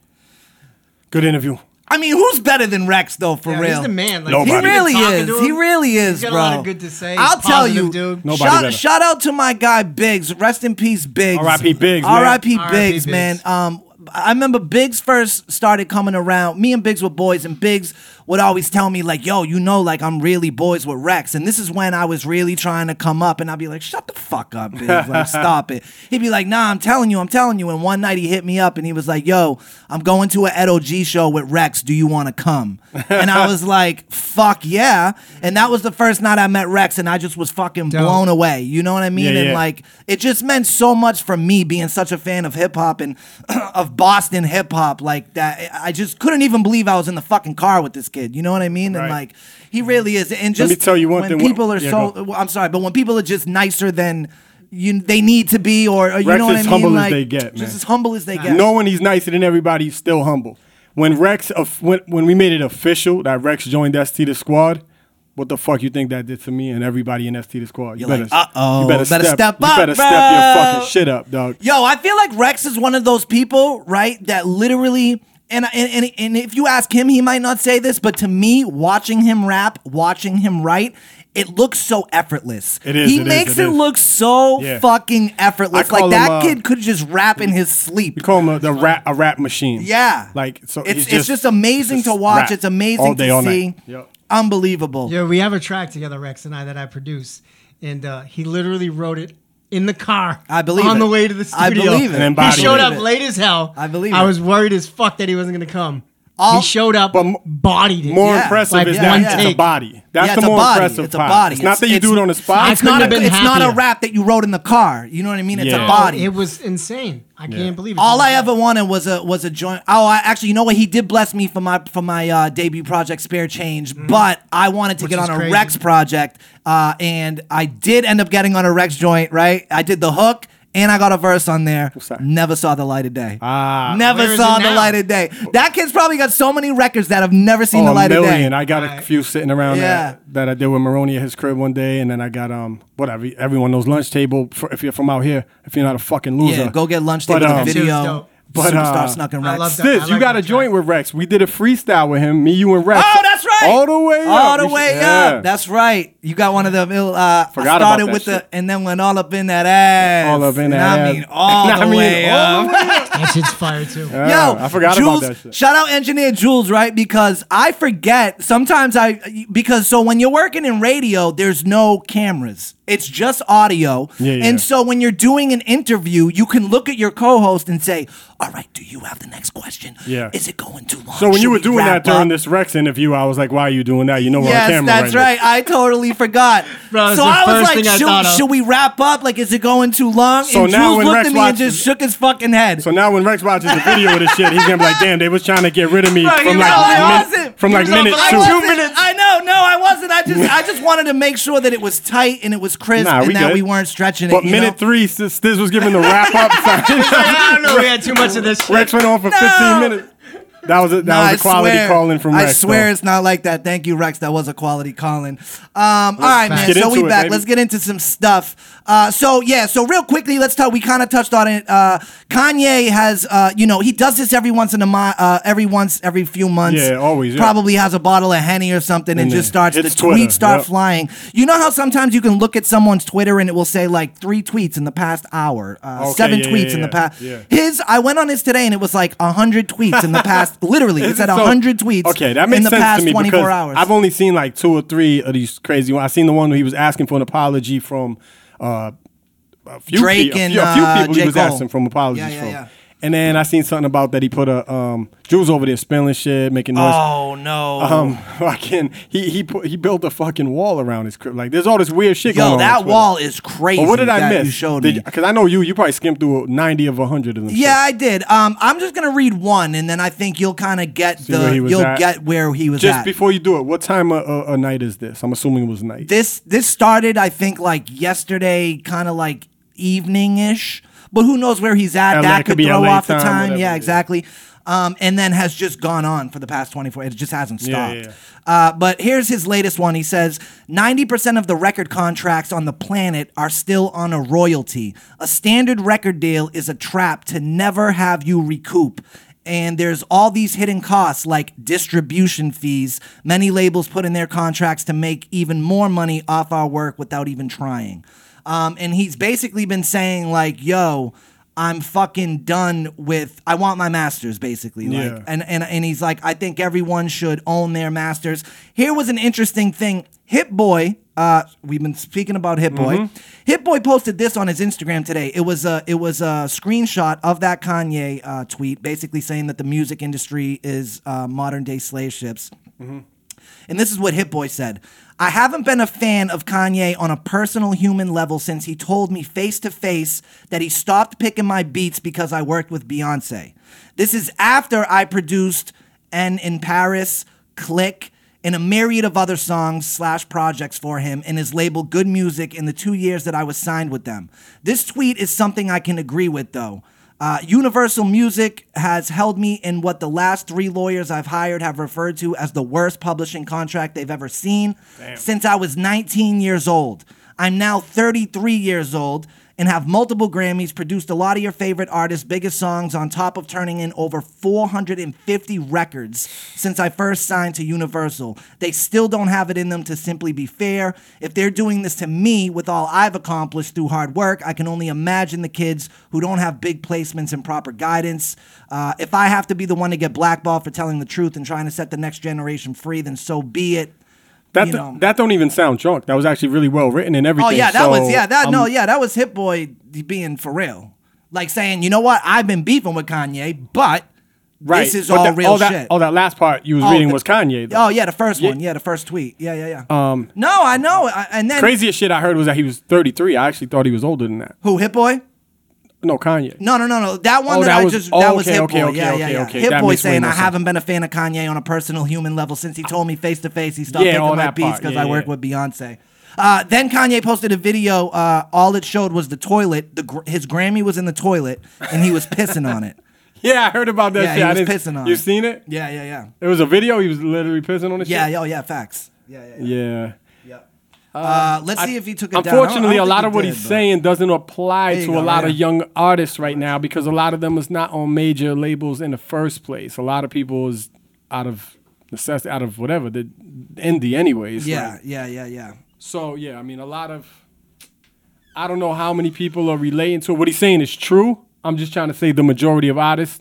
A: Good interview.
D: I mean, who's better than Rex though? For
E: Yeah,
D: real,
E: he's the man. Like,
A: Nobody.
D: He
A: Nobody.
D: really
E: Talking
D: is.
E: to him.
D: He really is,
E: got a
D: bro.
E: lot of good to say. He's
D: I'll tell
E: positive,
D: you,
E: dude.
A: Nobody better.
D: shout, shout out to my guy Biggs. Rest in peace, Biggs.
A: R.I.P. Biggs, man.
D: R.I.P.
E: R.I.P.
D: Biggs, man.
E: Biggs.
D: Um, I remember Biggs first started coming around. Me and Biggs were boys, and Biggs would always tell me like, "Yo, you know, like I'm really boys with Rex." And this is when I was really trying to come up, and I'd be like, "Shut the fuck up, Biggs! Like, stop it." He'd be like, "Nah, I'm telling you, I'm telling you." And one night he hit me up, and he was like, "Yo, I'm going to a Ed OG show with Rex. Do you want to come?" And I was like, "Fuck yeah!" And that was the first night I met Rex, and I just was fucking
E: Dope.
D: blown away. You know what I mean?
A: Yeah,
D: and
A: yeah.
D: like it just meant so much for me being such a fan of hip hop and of Boston hip hop like that. I just couldn't even believe I was in the fucking car with this kid. You know what I mean?
A: Right.
D: And like he really is. And just
A: me tell you one
D: when
A: thing.
D: people are
A: Yeah,
D: so I'm sorry, but when people are just nicer than you they need to be or, or you
A: Rex
D: know what
A: is
D: I mean?
A: humble as
D: like,
A: they get, man.
D: Just as humble as they get.
A: Knowing he's nicer than everybody, he's still humble. When Rex, of- when, when we made it official that Rex joined ST the squad, what the fuck you think that did to me and everybody in ST the squad? You
D: You're like, uh-oh,
A: you better,
D: better
A: step,
D: step
A: You
D: up,
A: better step your
D: bro.
A: fucking shit up, dog.
D: Yo, I feel like Rex is one of those people, right? That literally, and and and, and if you ask him, he might not say this, but to me, watching him rap, watching him write. It looks so effortless.
A: It is,
D: He
A: it is,
D: makes
A: it
D: it,
A: is.
D: look so
A: Yeah.
D: fucking effortless.
A: call
D: Like
A: him,
D: that
A: uh,
D: kid could just rap in his sleep.
A: We call him a, the rap, a rap machine.
D: Yeah.
A: Like, so
D: it's,
A: he's
D: it's just, amazing
A: just
D: to watch.
A: rap
D: It's amazing
A: all day,
D: to
A: all
D: see.
A: night. Yep.
D: Unbelievable.
E: Yeah, we have a track together, Rex and I, that I produce, and uh, he literally wrote it in the car.
D: I believe
E: on
D: it.
E: the way to the studio.
D: I believe it.
A: And
E: He
A: embodied
E: showed
A: it.
E: up late as hell.
D: I believe
E: I
D: it.
E: was worried as fuck that he wasn't gonna come.
D: All-
E: he showed up,
A: But m-
E: bodied it.
A: More
D: Yeah,
A: impressive
E: like
A: is
E: one
A: that it's a
E: take.
A: body. That's
D: Yeah,
A: the
D: it's a
A: more
D: body.
A: impressive
D: It's a
A: part.
D: body.
A: It's not that you
D: It's-
A: do it on the spot.
D: It's not a
E: couldn't have
D: it's
E: been
D: not a
E: happier.
D: rap that you wrote in the car. You know what I mean? It's
A: Yeah.
D: a body.
E: It was insane. I can't believe it.
D: All I ever wanted was a was a joint. Oh, I actually, you know what? He did bless me for my for my uh, debut project, Spare Change.
A: Mm.
D: But I wanted to
E: Which
D: get
E: is
D: on a
E: crazy.
D: Rex project, uh, and I did end up getting on a Rex joint. Right? I did the hook. And I got a verse on there.
A: that?
D: Never saw the light of day.
A: Ah.
D: never
E: Where is
D: saw
E: it
D: the
E: now?
D: light of day. That kid's probably got so many records that have never seen the
A: Oh, a
D: light
A: million.
D: of day.
A: I got a
E: Right.
A: few sitting around
D: Yeah.
A: that, that I did with Maroney at his crib one day, and then I got um whatever everyone knows lunch table. For, if you're from out here, if you're not a fucking loser,
D: yeah, go get lunch
A: But, um,
D: table the
E: That shit was
D: video.
E: dope.
A: But, uh,
D: Superstar snuck in
E: I
D: Rex.
E: love that.
A: Sis,
E: I
A: you
E: like
A: got a
E: that
A: joint
E: track.
A: with Rex. We did a freestyle with him, me, you, and Rex.
D: Oh, that's right.
A: All the way up.
D: All the
A: We should-
D: way
A: yeah.
D: up. That's right. You got one of them. ill- Uh,
A: Forgot
D: I started
A: about that
D: with
A: shit.
D: the, and then went all up in that ass.
A: All up in
D: and
A: that
D: I
A: ass.
D: mean, all
A: And
D: the
A: I mean,
D: way
A: all
D: up.
A: the way up.
E: That shit's fire too.
D: Yo,
A: I forgot about
D: Jules,
A: that shit.
D: Shout out engineer Jules, right? Because I forget sometimes I because so when you're working in radio, there's no cameras. It's just audio.
A: Yeah, yeah.
D: And so when you're doing an interview, you can look at your co-host and say, "All right, do you have the next question?
A: Yeah.
D: Is it going too long?"
A: So when
D: Should
A: you were
D: we
A: doing
D: wrap
A: that during
D: up?"
A: this Rex interview, I was like, "Why are you doing that? You know we're
D: yes,
A: on camera
D: that's
A: right,
D: right. I totally forgot.
E: Bro, it's
D: so
E: the
D: I was
E: first
D: like,
E: thing I
D: should,
E: thought of.
D: should we wrap up? Like, is it going too long?
A: So
D: and
A: now
D: Jules
A: when
D: looked
A: Rex
D: at me and
A: watches-
D: just shook his fucking head.
A: So now when Rex watches the video of this shit, he's gonna be like, "Damn, they was trying to get rid of me
D: Right,
A: from
D: you
A: like
D: know, I
A: min-
D: wasn't.
A: from
D: You
A: like
D: know,
A: minute
D: I
A: two.
D: wasn't. I know, no, I wasn't. I just, I just wanted to make sure that it was tight and it was crisp
A: Nah, we
D: and that
A: good.
D: we weren't stretching it.
A: But
D: you
A: minute
D: know?
A: three, Sis Stiz was giving the wrap up sign.
E: I don't know. We had too much of this. Shit.
A: Rex went on for 15 minutes. That was a, that
D: Nah,
A: was a quality
D: swear,
A: calling from Rex.
D: I swear
A: though.
D: it's not like that. Thank you, Rex. That was a quality calling. Um, all right, man.
A: get
D: So
A: into
D: we
A: it,
D: back.
A: baby.
D: Let's get into some stuff. Uh, so yeah. So real quickly, let's talk. We kind of touched on it. Uh, Kanye has, uh, you know, he does this every once in a month, uh, every once every few months.
A: Yeah, always, yeah.
D: Probably has a bottle of henny or something, and,
A: And
D: just
A: then
D: starts the
A: hits Twitter,
D: tweets start
A: yep.
D: flying. You know how sometimes you can look at someone's Twitter and it will say like three tweets in the past hour, uh,
A: Okay,
D: seven
A: yeah,
D: tweets
A: yeah,
D: in the
A: yeah,
D: past.
A: yeah.
D: His, I went on his today and it was like hundred tweets in the past. Literally, it's
A: Is
D: at
A: it so-
D: hundred tweets.
A: Okay, that makes
D: in the
A: sense
D: past
A: to me
D: 24
A: because
D: hours.
A: I've only seen like two or three of these crazy ones. I seen the one where he was asking for an apology from uh, a few
D: Drake
A: people.
D: and,
A: a few
D: uh,
A: people he
D: J.
A: was
D: Cole.
A: asking from apologies
D: Yeah, yeah,
A: from.
D: yeah.
A: And then I seen something about that he put a um, Jules over there spilling shit, making noise.
D: Oh no.
A: Um, fucking, he he put, he built a fucking wall around his crib. Like, there's all this weird shit going
D: Yo,
A: on. on
D: that
A: Twitter.
D: wall is crazy.
A: But what did I
D: that
A: miss?
D: You showed me.
A: Because I know you. You probably skimmed through 90 of 100 of them.
D: Yeah, I did. Um, I'm just gonna read one, and then I think you'll kind of get
A: where
D: the
A: he was
D: you'll
A: at.
D: get where he was
A: Just
D: at.
A: before you do it, what time of of- of night is this? I'm assuming it was night.
D: this this started, I think, like yesterday, kind of like evening ish. But who knows where he's at?
A: LA,
D: that
A: it could
D: could,
A: be
D: throw
A: LA
D: off the
A: time,
D: time.
A: whatever,
D: yeah,
A: yeah.
D: exactly. Um, and then has just gone on for the past 24. It just hasn't
A: Yeah,
D: stopped.
A: yeah,
D: Uh, but here's his latest one. He says 90% of the record contracts on the planet are still on a royalty. A standard record deal is a trap to never have you recoup. And there's all these hidden costs like distribution fees. Many labels put in their contracts to make even more money off our work without even trying. Um, and he's basically been saying, like, yo, I'm fucking done with, I want my masters, basically.
A: Yeah.
D: Like, and, and and he's like, I think everyone should own their masters. Here was an interesting thing. Hip Boy, uh, we've been speaking about Hip Boy. Hip Boy posted this on his Instagram today. It was a it was a screenshot of that Kanye uh, tweet, basically saying that the music industry is uh, modern day slave ships. And this is what Hit Boy said. I haven't been a fan of Kanye on a personal human level since he told me face to face that he stopped picking my beats because I worked with Beyonce. This is after I produced and in Paris, Click, and a myriad of other songs slash projects for him and his label Good Music in the two years that I was signed with them. This tweet is something I can agree with though. Uh, Universal Music has held me in what the last three lawyers I've hired have referred to as the worst publishing contract they've ever seen since I was 19 years old. I'm now 33 years old and have multiple Grammys, produced a lot of your favorite artists' biggest songs, on top of turning in over 450 records since I first signed to Universal. They still don't have it in them to simply be fair. If they're doing this to me with all I've accomplished through hard work, I can only imagine the kids who don't have big placements and proper guidance. Uh, if I have to be the one to get blackballed for telling the truth and trying to set the next generation free, then so be it.
A: that
D: you know.
A: that don't even sound drunk. That was actually really well written and everything.
D: Oh yeah, that
A: so um,
D: was yeah that no
A: I'm-
D: yeah that was Hit Boy being for real, like saying you know what I've been beefing with Kanye, but
A: right.
D: this is
A: But
D: all
A: that-
D: real
A: that,
D: shit.
A: All that last part you was reading
D: the-
A: was Kanye. Though.
D: Oh yeah, the first one, yeah, the first tweet, yeah yeah yeah. Um, no, I know, I, and then
A: Craziest shit I heard was that he was 33. I actually thought he was older than that.
D: who Hit Boy?
A: No, Kanye.
D: No no no no that one
A: Oh,
D: that,
A: that
D: I
A: was-
D: just
A: oh,
D: that was
A: okay,
D: Hit
A: okay,
D: Boy,
A: okay,
D: yeah
A: okay,
D: yeah yeah.
A: okay.
D: Hit
A: That
D: Boy
A: makes way
D: saying
A: more
D: I
A: sense. Oh.
D: haven't been a fan of Kanye on a personal human level since he told me face to face he stopped
A: Yeah, all
D: taking my
A: that
D: beats
A: part,
D: because
A: yeah,
D: I work
A: yeah.
D: with Beyonce. Uh, then Kanye posted a video. Uh, all it showed was the toilet. The gr- his Grammy was in the toilet, and he was pissing on it.
A: Yeah, I heard about that
D: Yeah,
A: shit.
D: he
A: I
D: was
A: didn't-
D: pissing on
A: You
D: it.
A: seen it?
D: Yeah, yeah, yeah.
A: It was a video. He was literally pissing on the
D: Yeah,
A: shit.
D: yeah, oh, yeah, facts. Yeah, yeah, yeah.
A: Yeah.
D: Uh, let's see if he took it down. I don't- I don't
A: Unfortunately, a
D: think
A: lot
D: he
A: of what
D: did,
A: he's
D: but-
A: saying doesn't apply
D: There
A: to
D: you
A: a
D: go,
A: lot of
D: yeah.
A: young artists right now because a lot of them is not on major labels in the first place. A lot of people is out of necessity, out of whatever the indie, anyways.
D: Yeah,
A: like.
D: yeah, yeah, yeah.
A: So yeah, I mean, a lot of I don't know how many people are relating to it. what he's saying is true. I'm just trying to say the majority of artists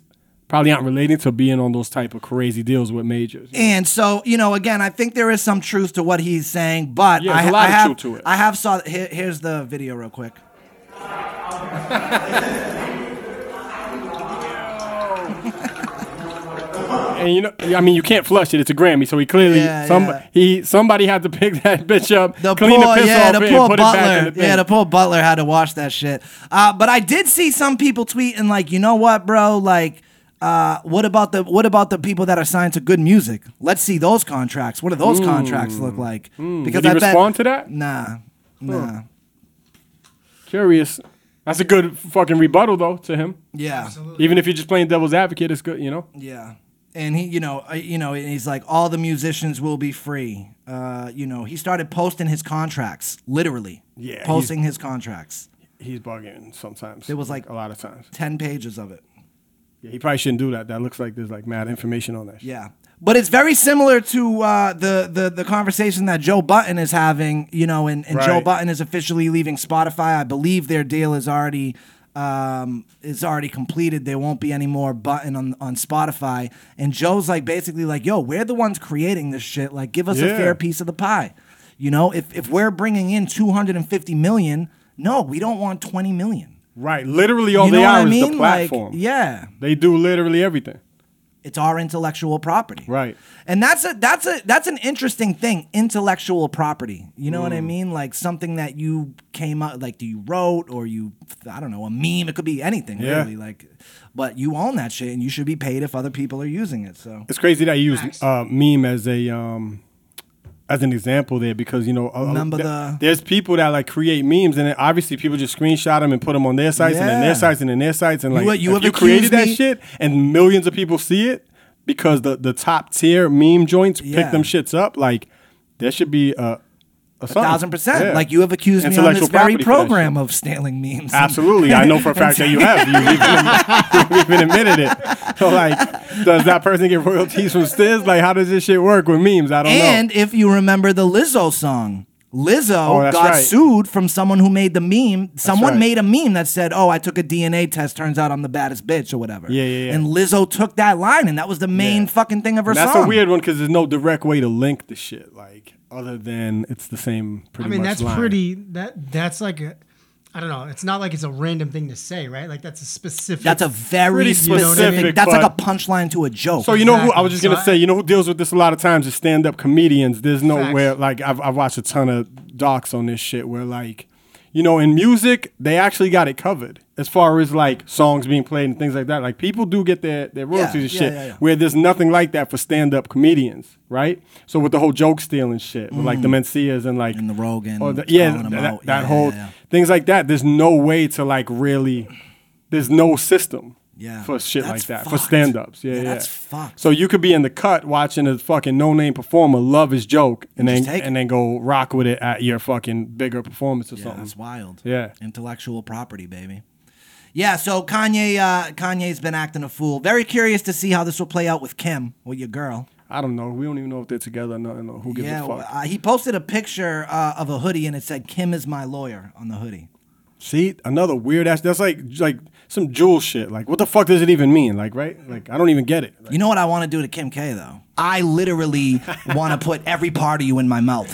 A: probably aren't relating to being on those type of crazy deals with majors.
D: And so, you know, again, I think there is some truth to what he's saying, but
A: Yeah,
D: I,
A: there's a lot
D: I
A: of
D: have,
A: truth to it.
D: I have saw. Here, here's the video, real quick.
A: And you know, I mean, you can't flush it. It's a Grammy, so he clearly
D: Yeah,
A: some
D: yeah.
A: he somebody had to pick that bitch up,
D: The
A: clean
D: poor,
A: the piss
D: yeah,
A: off
D: the
A: it,
D: poor
A: and put
D: butler.
A: it back in the thing.
D: yeah, the poor butler had to wash that shit. Uh, but I did see some people tweet and like, you know what, bro? Like, uh, what about the what about the people that are signed to good music? Let's see those contracts. What do those contracts look like? Because
A: Hmm. Did he respond to that?
D: Nah, nah.
A: Curious. That's a good fucking rebuttal though to him.
D: Yeah,
A: Even if you're just playing devil's advocate, it's good, you know.
D: yeah. And he, you know, uh, you know, and he's like, all the musicians will be free. Uh, you know, he started posting his contracts, literally.
A: Yeah, he's-
D: posting his contracts.
A: He's bugging sometimes.
D: There was, like-
A: a lot of times.
D: Ten pages of it.
A: Yeah, he probably shouldn't do that. That looks like there's like mad information on that. shit.
D: Yeah. But it's very similar to uh, the, the the conversation that Joe Button is having, you know, and, and Joe
A: Right.
D: Button is officially leaving Spotify. I believe their deal is already um, is already completed. There won't be any more Button on on Spotify. And Joe's like basically like, "Yo, we're the ones creating this shit. Like, give us a
A: Yeah.
D: fair piece of the pie." You know, if if we're bringing in two hundred and fifty million, no, we don't want twenty million.
A: Right. Literally, all
D: you
A: they
D: know what
A: are
D: I
A: is
D: mean?
A: the platform.
D: Like, yeah,
A: They do literally everything.
D: it's our intellectual property.
A: Right.
D: And that's a that's a that's an interesting thing, intellectual property. You know what
A: Mm.
D: I mean? Like something that you came up like you wrote or you I don't know, a meme, it could be anything
A: Yeah.
D: really like but you own that shit and you should be paid if other people are using it. So
A: It's crazy that you use uh, meme as a um, as an example there because you know a- a-
D: Remember
A: th-
D: the-
A: there's people that like create memes and then obviously people just screenshot them and put them on their sites and then
D: Yeah.
A: their sites and then their sites and like
D: have- you
A: if
D: have
A: you created
D: accused
A: that
D: me-
A: shit and millions of people see it because the the top tier meme joints pick
D: Yeah.
A: them shits up like there should be a a,
D: a thousand percent. Like you have accused me on
A: Intellectual
D: this very
A: property for that
D: program of stealing memes. and-
A: Absolutely, I know for a fact that you have. You even, you even admitted it. So, like, does that person get royalties from Stiz? Like, how does this shit work with memes? I don't
D: And
A: know.
D: if you remember the Lizzo song,
A: Oh,
D: Lizzo
A: that's
D: got
A: right.
D: sued from someone who made the meme. Someone
A: right.
D: made a meme that said, "Oh, I took a DNA test. Turns out I'm the baddest bitch or whatever."
A: Yeah, yeah, yeah.
D: And Lizzo took that line, and that was the main
A: Yeah.
D: fucking thing of her
A: And that's
D: song.
A: a weird one because there's no direct way to link the shit, like, other than it's the same. Pretty
E: I mean,
A: much
E: that's
A: line.
E: pretty. That that's like a. I don't know. It's not like it's a random thing to say, right? Like that's a specific.
D: That's a very
A: Pretty
D: specific.
A: specific,
D: that's like a
A: but-
D: punchline to a joke.
A: So you know who I
E: Exactly.
A: was just gonna
E: So I-
A: say. You know who deals with this a lot of times is stand-up comedians. There's
E: Facts.
A: nowhere like I've I've watched a ton of docs on this shit where like, you know, in music they actually got it covered as far as like songs being played and things like that. Like people do get their their royalties and
D: yeah,
A: shit.
D: yeah, yeah.
A: Where there's nothing like that for stand-up comedians, right? So with the whole joke stealing shit, with like the Mencias and like
D: Mm. And the Rogan
A: or oh, the, yeah,
D: calling 'em
A: that,
D: out.
A: that
D: Yeah,
A: whole
D: yeah, yeah.
A: things like that. There's no way to like really. There's no system
D: Yeah.
A: for shit
D: That's
A: like that for
D: fucked.
A: stand-ups. Yeah,
D: Yeah,
A: yeah,
D: that's fucked.
A: So you could be in the cut watching a fucking no-name performer love his joke and then
D: Just take
A: and
D: it.
A: then go rock with it at your fucking bigger performance or
D: Yeah,
A: something.
D: that's wild.
A: Yeah.
D: intellectual property, baby. Yeah, so Kanye, uh, Kanye's been acting a fool. Very curious to see how this will play out with Kim, with your girl.
A: I don't know. We don't even know if they're together or nothing. Or who gives
D: Yeah,
A: a
D: well,
A: fuck?
D: uh, he posted a picture uh, of a hoodie and it said "Kim is my lawyer" on the hoodie.
A: See, another weird ass. That's like like some jewel shit. Like, what the fuck does it even mean? Like, right? Like, I don't even get it.
D: You know what I want to do to Kim K though? I literally want to put every part of you in my mouth.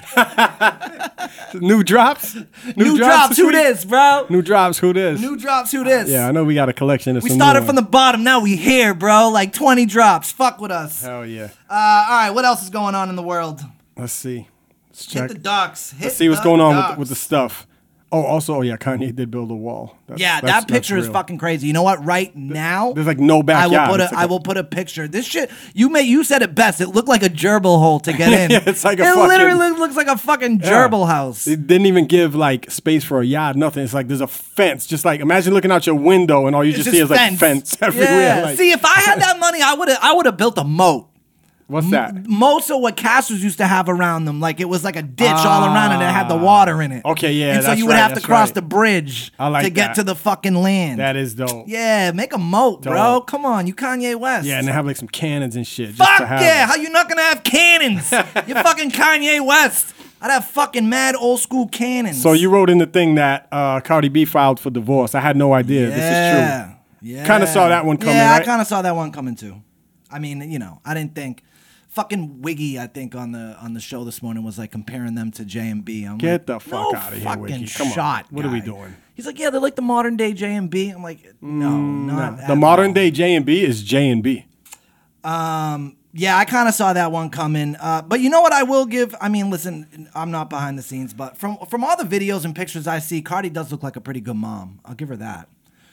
A: New drops. New,
D: New drops,
A: this
D: who
A: week?
D: this, bro?
A: New drops. Who this?
D: New drops, who this?
A: yeah, I know we got a collection. Of
D: we
A: some new
D: started
A: ones.
D: from the bottom, now we here, bro. Like twenty drops. Fuck with us. Uh,
A: Hell yeah.
D: all right, what else is going on in the world?
A: Let's see. Let's
D: Hit
A: check.
D: the ducks. Hit
A: Let's see what's
D: the
A: going on with,
D: ducks.
A: with the stuff. Oh, also, oh yeah, Kanye did build a wall. That's-
D: Yeah,
A: that's-
D: that picture
A: that's
D: is
A: real.
D: fucking crazy. You know what? Right now,
A: there's, like, no
D: I
A: backyard.
D: will put a,
A: It's like
D: I
A: a-
D: will put a picture. This shit, you may you said it best. It looked like a gerbil hole to get in.
A: Yeah, it's like a
D: it
A: fucking-
D: literally looks like a fucking
A: Yeah.
D: gerbil house.
A: It didn't even give like space for a yard, nothing. It's like there's a fence. Just like imagine looking out your window and all you
D: It's
A: just, see is like fence everywhere.
D: Yeah.
A: Like,
D: See, if I had that money, I would have I would have built a moat.
A: what's that?
D: Most of what castles used to have around them, like it was like a ditch all around it and it had the water in it.
A: Okay, yeah,
D: And so
A: that's
D: you would
A: right,
D: have to
A: that's
D: cross
A: right.
D: the bridge
A: I like
D: to get
A: that.
D: to the fucking land.
A: That is dope. Yeah,
D: yeah, make a moat, bro.
A: Dope.
D: Come on, you Kanye West.
A: and they have like some cannons and shit. Just
D: Fuck
A: to have
D: yeah!
A: it.
D: How you not gonna have cannons? You're fucking Kanye West. I'd have fucking mad old school cannons.
A: So you wrote in the thing that uh, Cardi B filed for divorce. I had no idea. This is true.
D: Yeah.
A: Kinda saw that one coming,
D: Yeah, I
A: right?
D: kind of saw that one coming too. I mean, you know, I didn't think. Fucking Wiggy, I think on the on the show this morning was like comparing them to J and B. I'm
A: Get
D: like,
A: the fuck
D: no
A: outta here,
D: fucking
A: Wiggy. Come on.
D: shot.
A: What are we
D: guy.
A: doing?
D: He's like, yeah, they're like the modern day J and B. I'm like, no, not
A: Mm, The
D: at
A: modern
D: all.
A: day J and B is J and B.
D: Yeah, I kind of saw that one coming. Uh, but you know what? I will give. I mean, listen, I'm not behind the scenes, but from from all the videos and pictures I see, Cardi does look like a pretty good mom. I'll give her that.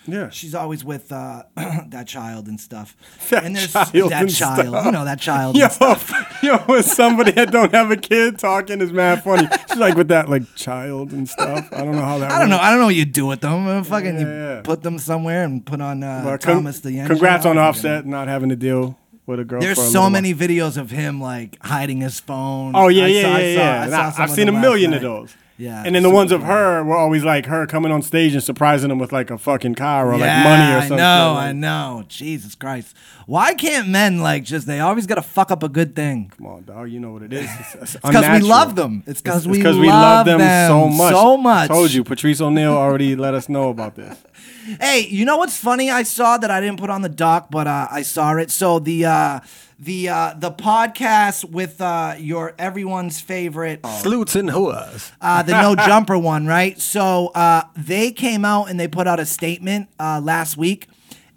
A: Yeah.
D: She's always with uh, that child and stuff.
A: That
D: and there's
A: child
D: that
A: and
D: child.
A: stuff.
D: You know that child.
A: Yo,
D: and stuff.
A: yo, when somebody that don't have a kid talking is mad funny. She's like with that like child and stuff. I don't know how that.
D: I don't know.
A: works.
D: I don't know what you do with them. Uh, Fucking,
A: Yeah.
D: you put them somewhere and put on uh,
A: But con-
D: Thomas the Yen.
A: Congrats
D: show.
A: on Offset not having to deal with a girl.
D: There's
A: for a
D: so
A: little
D: many videos of him like hiding his phone.
A: While. Oh yeah,
D: I
A: yeah,
D: saw- I
A: yeah,
D: saw-
A: yeah.
D: I
A: And
D: saw
A: I-
D: some
A: I've
D: of
A: seen a
D: them last
A: million
D: night.
A: of those.
D: Yeah,
A: and then the ones of
D: super
A: her were always like her coming on stage and surprising them with like a fucking car or
D: Yeah,
A: like money or something.
D: I know, I know. Jesus Christ. Why can't men like just they always gotta fuck up a good thing?
A: Come on, dog. You know what it is. It's, it's
D: Because we
A: unnatural.
D: love them. It's because
A: It's
D: we, love them,
A: so much.
D: So much.
A: Told you, Patrice O'Neill already let us know about this.
D: Hey, you know what's funny? I saw that I didn't put on the doc, but uh, I saw it. So the uh, the uh, the podcast with uh, your everyone's favorite
A: Sleuts and whores.
D: uh, the no jumper one, right? So uh, they came out and they put out a statement uh, last week,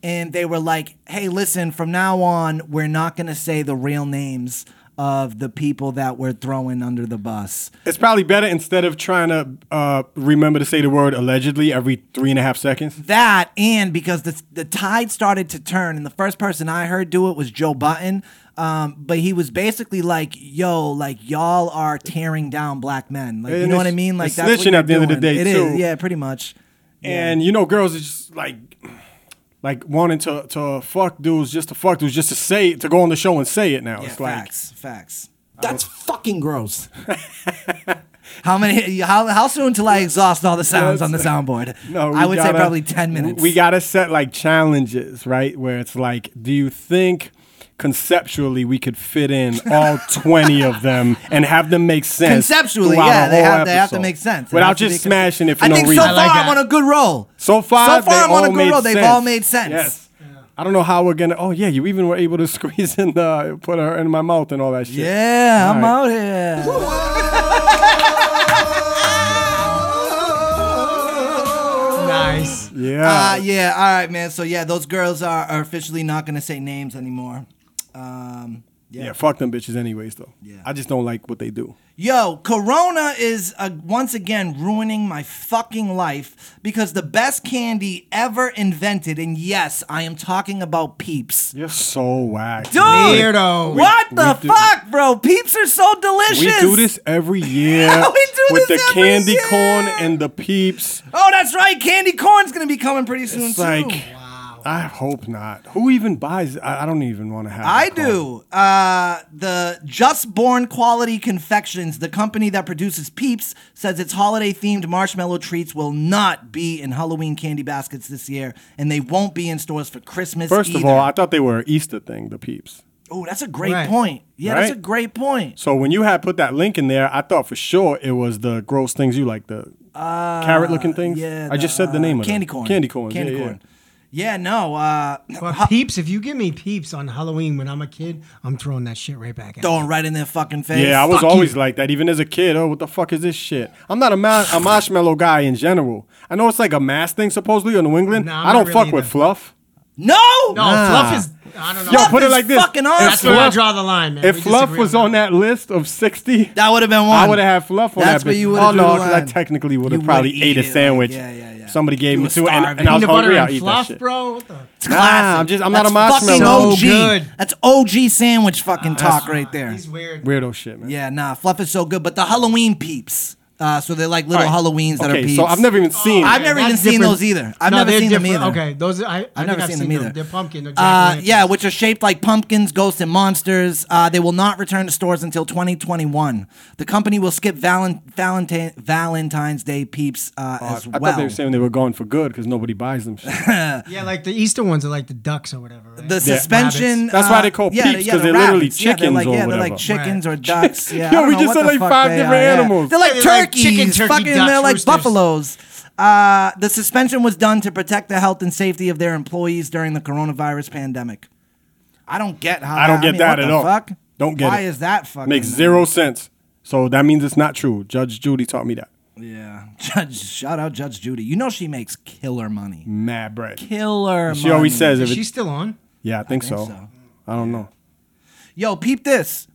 D: and they were like, "Hey, listen, from now on, we're not gonna say the real names of the people that we're throwing under the bus."
A: It's probably better instead of trying to uh, remember to say the word allegedly every three and a half seconds.
D: That and because the the tide started to turn, and the first person I heard do it was Joe Button. Um, but he was basically like, "Yo, like y'all are tearing down black men. Like, you
A: And
D: know what I
A: it's-
D: mean? Like
A: it's snitching
D: you're
A: at the end of the
D: doing.
A: day,
D: It is,
A: too.
D: yeah, pretty much.
A: And you know, girls are just like, like wanting to to fuck dudes just to fuck dudes just to say to go on the show and say it now.
D: Yeah,
A: it's like
D: facts, facts.
F: That's fucking gross.
D: How many? How, how soon till I exhaust all the sounds on the soundboard?
A: No, we
D: I would say
A: gotta-
D: probably ten minutes.
A: We gotta set like challenges, right? Where it's like, do you think conceptually we could fit in all twenty of them and have them make sense?
D: Conceptually,
A: throughout
D: yeah,
A: a
D: they
A: whole
D: have, they have to
A: episode?
D: make sense. It has
A: without
D: to
A: just
D: be-
A: smashing it for
D: I
A: no
D: think
A: reason.
D: so far
E: like
D: I'm on
E: that.
D: a good roll.
A: So far,
D: so far
A: they
D: I'm
A: all
D: on a good
A: made
D: roll. They've
A: sense.
D: all made sense.
A: Yes. I don't know how we're gonna. Oh yeah, you even were able to squeeze in the put her in my mouth and all that shit.
D: Yeah, I'm
A: All
D: out here.
E: Nice.
A: Yeah.
D: Uh, yeah, all right, man. So yeah, those girls are, are officially not gonna say names anymore. Um,
A: yeah. Fuck them bitches, anyways. Though.
D: Yeah.
A: I just don't like what they do.
D: Yo, Corona is uh, once again ruining my fucking life because the best candy ever invented, and yes, I am talking about Peeps.
A: You're so whack.
D: Dude,
E: Weirdo.
D: what the
A: we do-
D: fuck, bro? Peeps are so delicious.
A: We do this every year
D: do
A: with
D: this
A: the
D: every
A: candy
D: year.
A: corn and the peeps.
D: Oh, that's right. Candy corn's gonna be coming pretty soon
A: It's
D: too.
A: like, I hope not. Who even buys? I, I don't even want to have.
D: I
A: that corn.
D: do. Uh, the Just Born Quality Confections, the company that produces Peeps, says its holiday themed marshmallow treats will not be in Halloween candy baskets this year, and they won't be in stores for Christmas.
A: First of all, I thought they were an Easter thing, the peeps.
D: oh, that's a great
E: Right.
D: point. Yeah, that's a
A: Right?
D: great point.
A: So when you had put that link in there, I thought for sure it was the gross things you like, the
E: Ah,
A: carrot looking things.
D: Yeah,
A: I just said the name
D: uh,
A: of
D: candy
A: them.
D: corn.
A: Candy corn.
D: Candy
A: yeah,
D: corn. Yeah, no. Uh,
E: But peeps, if you give me peeps on Halloween when I'm a kid, I'm throwing that shit right back at you.
D: throwing right in their fucking
A: Yeah.
D: face.
A: Yeah, I was
D: Fuck
A: always like that, even as a kid. Oh, what the fuck is this shit? I'm not a, ma- a marshmallow guy in general. I know it's like a mass thing supposedly in New England.
E: Nah, I'm
A: I don't
E: not
A: fuck
E: really
A: with
E: either.
A: fluff.
D: No.
E: No, Fluff is. I don't know.
A: Yo, put it
D: is
A: like this.
D: fucking awesome.
E: That's where I draw the line, man.
A: If
E: We
A: Fluff
E: disagree
A: was
E: on
A: on that list of 60,
D: That would have been one.
A: I would have had Fluff on
D: That's
A: that.
D: where
A: bitch.
D: you would've
A: oh,
D: drew
A: no,
D: the
A: 'cause I
D: line.
A: technically would
D: You
A: have
D: would
A: probably
D: eat
A: ate
D: it,
A: a
D: like,
A: sandwich.
D: yeah, yeah, yeah.
A: Somebody gave
D: You
A: me
D: were
A: two, and, and
D: starving.
A: I was
E: peanut
A: hungry.
E: butter
A: I
E: and
A: eat that
E: fluff,
A: shit.
E: bro. What the?
A: Nah, I'm just I'm not
D: That's
A: a marshmallow.
D: fucking
E: So
D: OG.
E: Oh, good.
D: That's OG sandwich fucking talk right there.
E: He's weird.
A: Weirdo shit, man.
D: Yeah, nah, fluff is so good, but the Halloween peeps. Uh, so they're like little
A: All right.
D: Halloweens that are
A: Okay,
D: peeps.
A: so I've never
E: Oh,
A: even seen.
D: I've
A: it.
D: never even
E: That's
D: seen
E: different.
D: those either. I've
E: No,
D: never
E: they're
D: seen them
E: different.
D: either.
E: Okay, those I, I think
D: I've never seen, them either.
E: They're pumpkin. They're
D: Uh,
E: jack-o'-lanterns.
D: yeah, which are shaped like pumpkins, ghosts, and monsters. Uh, they will not return to stores until 2021. The company will skip valen- Valentine- Valentine's Day peeps uh,
A: Oh, I, I
D: as
A: thought
D: well.
A: they were saying they were gone for good because nobody buys them. Shit.
E: yeah, like the Easter ones are like the ducks or whatever. Right?
D: the suspension.
A: Rabbits. That's why
D: uh,
A: they call
D: yeah,
A: peeps,
D: yeah,
A: 'cause
D: the
A: they're literally
D: rabbits. Yeah, they're
A: chickens
D: like,
A: or
D: yeah, they're like
A: whatever.
D: chickens or ducks. Yeah, I
A: Yo,
D: don't
A: we
D: know
A: just
D: what
A: said
D: the
A: like
D: fuck
A: five
D: they
A: different
D: are, yeah.
A: animals.
D: They're like
E: Yeah, they're like
D: turkeys,
E: chicken, turkey,
D: fucking,
E: ducks,
D: they're like
E: roosters.
D: buffaloes. Uh, the suspension was done to protect the health and safety of their employees during the coronavirus pandemic. I don't get how.
A: I don't
D: that,
A: get
D: mean,
A: that
D: what
A: at
D: the
A: all.
D: Fuck?
A: Don't get
D: Why
A: it.
D: is that fucking?
A: Makes zero sense. So that means it's not true. Judge Judy taught me that.
D: Yeah, Judge. Shout out Judge Judy. You know she makes killer money.
A: Mad bread. She
D: Killer. money.
A: always says
E: Is
A: if
E: she
A: it,
E: still on?
A: Yeah, I think, so.
D: so.
A: I don't know.
D: Yo, peep this.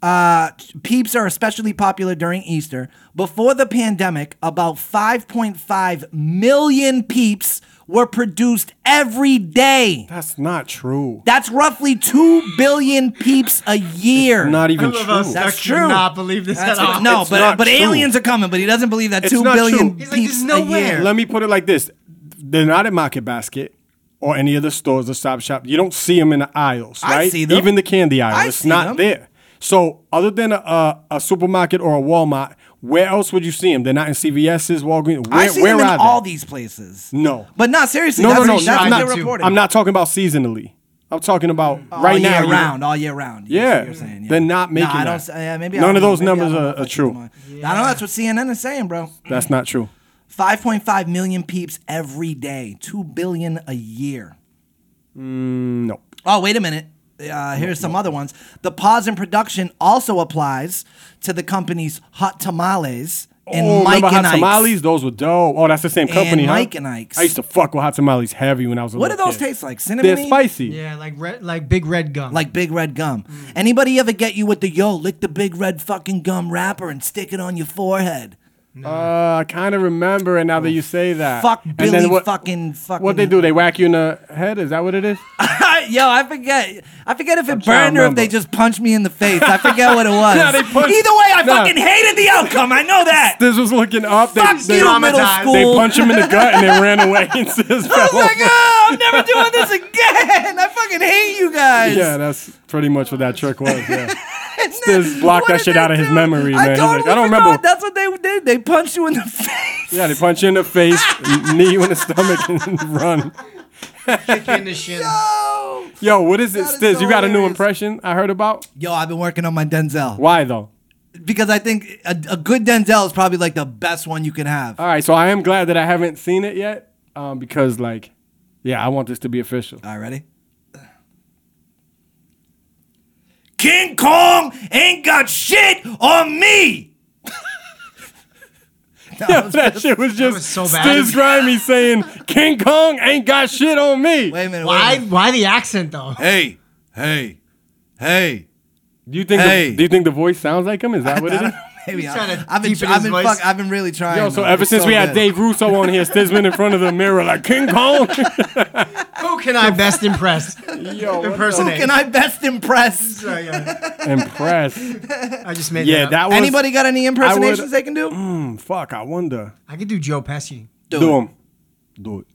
D: Uh, peeps are especially popular during Easter. Before the pandemic, about 5.5 million peeps were produced every day.
A: That's not true.
D: That's roughly 2 billion peeps a year.
A: Not even
E: I love
A: true.
E: how Sex
D: That's true.
E: Did not believe this
D: That's
E: at
D: what-
E: all.
D: no,
A: It's
D: but,
A: not
D: but
A: true.
D: aliens are coming, but he doesn't believe that
A: It's
D: 2
A: not
D: billion
A: true.
E: He's
D: peeps uh,
E: like, there's
D: a
E: no way.
D: year.
A: Let me put it like this: They're not at Market Basket or any other stores or stop shop. You don't see them in the aisles,
D: I
A: right?
D: see them.
A: Even the candy aisle,
D: I
A: it's
D: see
A: not
D: them.
A: there. So, other than a, a supermarket or a Walmart, where else would you see them? They're not in CVS's, Walgreens. Where,
D: I see
A: where
D: them in
A: are they?
D: all these places.
A: No.
D: But not seriously.
A: No,
D: that's
A: no, no,
D: That's
A: I'm
D: what
A: not-
D: they're reporting.
A: I'm not talking about seasonally. I'm talking about
D: Mm. all
A: right now.
D: year
A: you-
D: round, all year round. You see
A: Yeah.
D: what you're saying, yeah.
A: They're not making
D: Nah, I don't.
A: that.
D: s- yeah, maybe I
A: None
D: don't
A: of
D: know.
A: those
D: Maybe I
A: numbers
D: don't know
A: are-
D: if
A: are
D: I keep
A: true.
D: them on. I don't know. That's what CNN is saying, bro.
A: That's not true.
D: 5.5 million peeps every day, two billion a year.
A: Mm, No.
D: Oh, wait a minute. uh, here's some other ones. The pause in production also applies to the company's hot tamales and
A: oh,
D: Mike
A: remember
D: and
A: Hot
D: Ike's.
A: Tamales? Those were dope. Oh, that's the same company, huh?
D: Mike and Ike's.
A: I used to fuck with Hot Tamales heavy when I was a
D: What do
A: little
D: those
A: kid.
D: taste like? Cinnamon?
A: They're spicy. Mm.
E: Yeah, like red, like big red gum.
D: Like big red gum. Anybody ever get you with the yo, lick the big red fucking gum wrapper and stick it on your forehead?
A: Uh, I kind of remember it now that you say that.
D: Fuck
A: And
D: Billy
A: then what-
D: fucking fucking.
A: What they do? They whack you in the head? Is that what it is?
D: Yo, I forget. I forget if it
A: trying
D: burned
A: to
D: or if they
A: remember.
D: just punched me in the face. I forget what it was.
A: Nah, they punched-
D: Either way, I
A: nah.
D: fucking hated the outcome. I know that.
A: This was looking up. They,
D: Fuck
A: they,
D: you, middle
E: traumatized.
D: school.
A: they punch him in the gut and then ran away and says,
D: I was like, oh, I'm never doing this again. I fucking hate you guys.
A: Yeah, that's pretty much what that trick was. Yeah.
D: And
A: Just block
D: what
A: that
D: did
A: shit
D: they
A: out of his
D: do?
A: memory, man.
D: I,
A: He's
D: totally
A: like, I don't
D: forgot.
A: remember.
D: That's what they did. They punched you in the face.
A: yeah, they punch you in the face, knee you in the stomach, and run.
E: Kick you in the shin.
D: Yo.
A: Yo, what is it,
D: That is
A: Stiz?
D: so
A: You got a new
D: hilarious.
A: impression I heard about?
D: Yo, I've been working on my Denzel
A: Why though?
D: because I think a, a good Denzel is probably like the best one you can have.
A: All right, so I am glad that I haven't seen it yet, um, because like, yeah, I want this to be official.
D: All right, ready? King Kong ain't got shit on me.
A: Yo, that shit was just
E: was so bad.
A: Stiz Grimy saying King Kong ain't got shit on me.
D: Wait a minute. wait a
E: Why?
D: minute.
E: Why the accent though?
D: Hey, hey, hey.
A: Do you think?
D: Hey.
A: The, do you think the voice sounds like him? Is that what it is?
D: Maybe
E: He's
D: I,
E: trying to
D: have been,
E: deepen
D: I've
E: his
D: been,
E: voice.
D: fuck, I've been really trying.
A: Yo, so
D: though.
A: ever
D: It's
A: since
D: so
A: we had
D: good.
A: Dave Russo on here, Stiz been in front of the mirror like King Kong.
E: Who can I best impress?
A: Yo,
D: who
E: Impersonate.
D: can I best impress?
E: Sorry, yeah.
A: impressed.
E: I just made
A: Yeah,
E: that.
A: that
E: up.
A: was
D: Anybody got any impersonations they can do? Uh,
A: Mm, fuck, I wonder.
E: I could do Joe Pesci.
A: Do,
D: it.
A: him. Do it.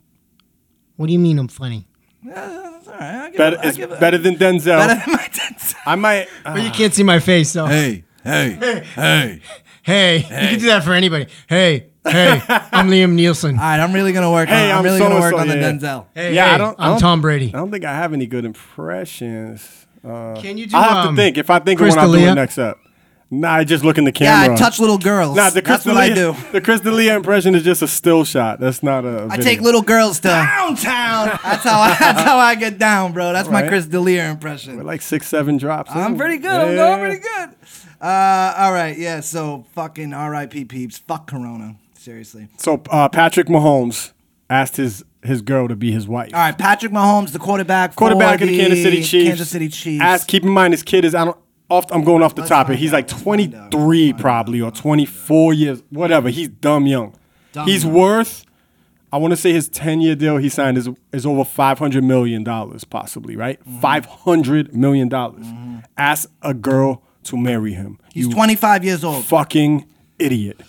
E: What do you mean I'm funny?
D: Yeah, it's all right, I'll give
A: Better,
D: it- I'll
A: it's
D: give it-
A: better than Denzel.
D: better than my Denzel.
A: I might.
E: But you can't see my face, so
D: Hey, hey, hey.
E: hey, you can do that for anybody. Hey, hey, I'm Liam Nielsen.
D: All right, I'm really gonna work.
A: Hey,
D: on, I'm,
A: I'm
D: really gonna work
A: so-and-so,
D: on the
A: yeah.
D: Denzel.
E: Hey,
A: Yeah, I
E: hey,
A: don't- I
E: I'm
A: don't- Uh,
E: Tom Brady.
A: I don't think I have any good impressions. Uh,
E: Can you do?
A: I'll have
E: um,
A: to think. If I think of
E: Chris
A: one, I'll do
E: D'Elia?
A: it next up. Nah, I just look in the
D: Yeah,
A: camera.
D: I touch little girls.
A: Nah, the Chris
D: That's what I
A: D'Elia-
D: do.
A: The Chris D'Elia impression is just a still shot. That's not a.
D: I
A: video.
D: take little girls to downtown. That's how I, that's how I get down, bro. That's my
A: Right.
D: Chris D'Elia impression.
A: like six, seven drops.
D: I'm
A: in.
D: pretty good. I'm
A: Yeah.
D: going pretty good. Uh, all right, yeah. So fucking R.I.P. peeps. Fuck Corona. Seriously.
A: So uh, Patrick Mahomes asked his his girl to be his wife.
D: All right, Patrick Mahomes, the quarterback.
A: quarterback
D: for
A: of the Kansas City Chiefs.
D: Kansas City Chiefs.
A: As, keep in mind, his kid is. I don't. Off, I'm going off the topic.
D: find
A: He's
D: out.
A: like
D: Let's find out.
A: 23 probably or 24 years, whatever. He's dumb young. he's worth. I want to say his 10 year deal he signed is is over 500 million dollars possibly, right?
D: Mm-hmm.
A: 500 million dollars. Ask a girl to marry him.
D: He's
A: you
D: 25 years old.
A: fucking idiot.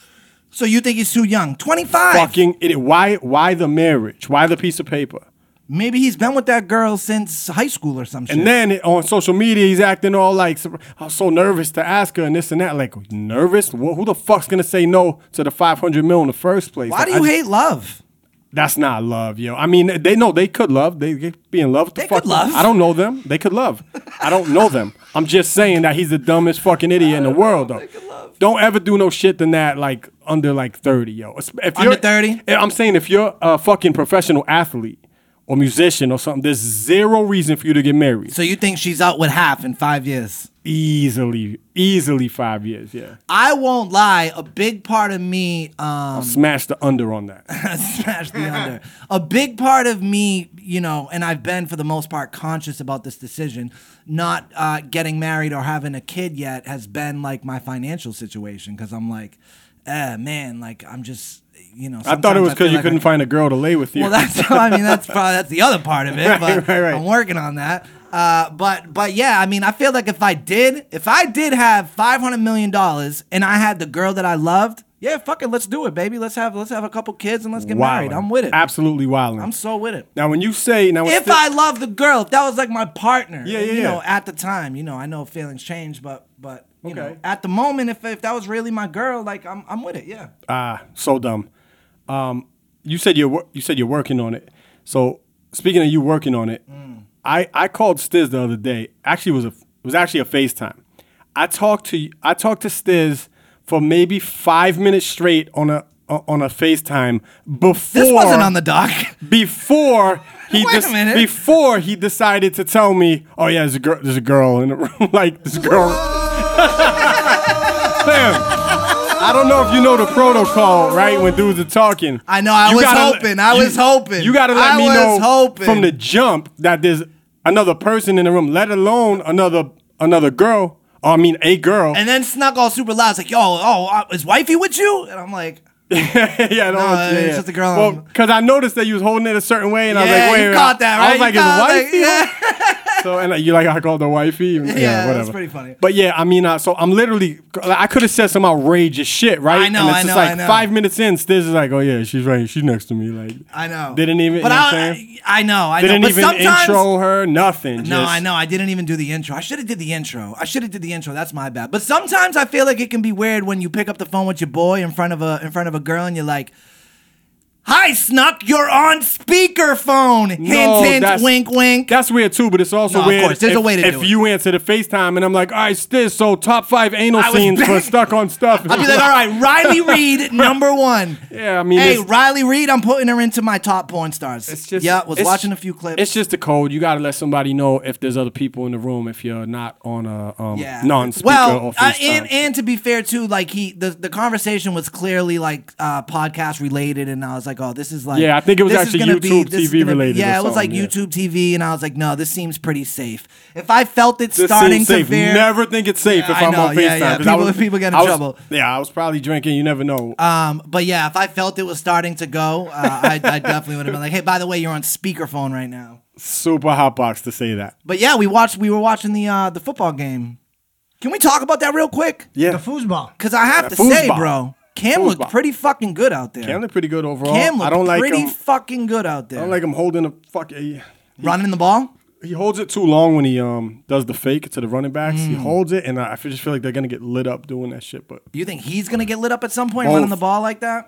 D: So you think he's too young? 25.
A: Fucking idiot. Why why the marriage? Why the piece of paper?
D: Maybe he's been with that girl since high school or some shit.
A: And then it- on social media, he's acting all like, sur- I'm so nervous to ask her and this and that. Like, nervous? Wha- Who the fuck's gonna say no to the 500 mil in the first place?
D: Why
A: Like,
D: do you
A: I-
D: hate love?
A: That's not love, yo. I mean, they know they could love. They, they could be in love. With the
D: They
A: fuck
D: could love.
A: I don't know them. They could love. I don't know them. I'm just saying that he's the dumbest fucking idiot in the world, though. Don't ever do no shit than that, like under like 30, yo. If
D: Under
A: you're-
D: 30?
A: Yeah, I'm saying if you're a fucking professional athlete or musician or something, there's zero reason for you to get married.
D: So you think she's out with half in five years?
A: easily, easily five years. Yeah,
D: I won't lie. A big part of me, um,
A: smash the under on that.
D: smash the under. A big part of me, you know, and I've been for the most part conscious about this decision. Not uh, getting married or having a kid yet has been like my financial situation because I'm like, eh, man, like I'm just, you know.
A: I thought it
D: sometimes
A: was because
D: feel
A: you
D: like
A: couldn't
D: I-
A: find a girl to lay with you.
D: Well, that's I mean that's probably that's the other part of it, but
A: right, right.
D: I'm working on that. Uh, but but yeah, I mean I feel like if I did if I did have 500 million dollars and I had the girl that I loved, yeah, fuck it, let's do it, baby. Let's have let's have a couple kids and let's get married.
A: Wildin'.
D: I'm with it.
A: Absolutely wilding.
D: I'm so with it.
A: now, when you say now, when
D: If
A: Sti-
D: I love the girl, if that was like my partner,
A: Yeah, yeah,
D: you know,
A: yeah.
D: at the time, you know, I know feelings change, but but you know,
A: Okay.
D: at the moment, if if that was really my girl, like I'm I'm with it, yeah.
A: ah, so dumb. Um, you said you're wor- you said you're working on it. So speaking of you working on it,
D: Mm.
A: I I called Stiz the other day. Actually, it was a it was actually a FaceTime. I talked to I talked to Stiz for maybe five minutes straight on a o- on a FaceTime before
D: This wasn't on the dock.
A: before he
D: Wait a
A: dis-
D: minute.
A: before he decided to tell me, oh yeah, there's a girl, there's a girl in the room, like this girl. Fam, I don't know if you know the protocol, right? When dudes are talking,
D: I know, I
A: You
D: was
A: gotta-
D: hoping, I was hoping.
A: You gotta let
D: I
A: me
D: was
A: know
D: hoping.
A: from the jump that there's another person in the room, let alone another another girl. Or I mean, a girl.
D: And then snuck all super loud. It's like, yo, oh, uh, is wifey with you? And I'm like,
A: yeah, no,
D: it's just a girl
A: Well,
D: on-
A: because I noticed that you was holding it a certain way, and I was
D: Yeah,
A: like, wait,
D: you
A: wait,
D: caught that,
A: I
D: right?
A: was
D: You
A: like, is
D: caught-
A: wifey? on? so and like, you like I called the wifey. Yeah,
D: that's
A: whatever.
D: pretty funny.
A: But yeah, I mean, uh, so I'm literally, like, I could have said some outrageous shit, right?
D: I know,
A: And it's
D: I
A: just
D: know,
A: like
D: I know.
A: five minutes in, Stiz is like, oh yeah, she's right, she's next to me, like.
D: I know.
A: Didn't even- you
D: But
A: know what I'm saying?
D: I, I know. I
A: Didn't
D: know.
A: even
D: but sometimes,
A: intro her, nothing.
D: No,
A: just-
D: I know. I didn't even do the intro. I should have did the intro. I should have did the intro. That's my bad. But sometimes I feel like it can be weird when you pick up the phone with your boy in front of a in front of a girl and you're like, "Hi, Snuck, you're on speakerphone."
A: No,
D: hint, hint,
A: that's-
D: wink, wink.
A: That's weird too, but it's also
D: No, of
A: weird.
D: course, there's
A: if,
D: a way to
A: if
D: do it.
A: you answer the FaceTime and I'm like, all right, Stiz, so top five anal
D: I was
A: scenes for
D: back-
A: stuck on stuff.
D: I'll be like, "All right, Riley Reed, number one."
A: Yeah, I mean,
D: hey,
A: it's-
D: Riley Reed, I'm putting her into my top porn stars.
A: It's just
D: yeah, was
A: it's-
D: watching a few clips.
A: It's just the code. You gotta let somebody know if there's other people in the room if you're not on a um,
D: yeah.
A: non-speaker or
D: well, uh,
A: FaceTime.
D: and and to be fair too, like he the, the conversation was clearly like uh, podcast related, and I was like, oh, this is like
A: Yeah, I think it was
D: this is
A: actually
D: gonna be-
A: YouTube
D: this is
A: TV
D: gonna be-
A: related or
D: Yeah, it was like
A: something, yeah.
D: YouTube TV, and I was like, no, this seems pretty safe. If I felt it
A: This
D: starting
A: seems safe.
D: to veer,
A: Never think it's safe
D: Yeah,
A: if
D: I
A: I'm
D: know.
A: on FaceTime.
D: Yeah, yeah.
A: 'cause I
D: People- people get in
A: I was-
D: trouble.
A: Yeah, I was probably drinking. You never know.
D: um, but yeah, if I felt it was starting to go, uh, I, I definitely would have been like, hey, by the way, you're on speakerphone right now.
A: Super hot box to say that.
D: But yeah, we watched. We were watching the uh, the football game. Can we talk about that real quick?
A: Yeah,
E: The foosball.
D: Because I have to say,
A: foosball.
D: bro, Cam
A: Foosball.
D: looked pretty fucking good out there.
A: Cam looked pretty good overall.
D: Cam
A: Oh, I
D: looked
A: don't like
D: pretty
A: him.
D: fucking good out
A: I
D: there.
A: don't like him holding a fuck. He,
D: Running the ball?
A: he holds it too long when he um does the fake to the running backs.
D: Mm.
A: He holds it, and I, I just feel like they're gonna get lit up doing that shit. But
D: You think he's gonna get lit up at some point
A: Both.
D: running the ball like that?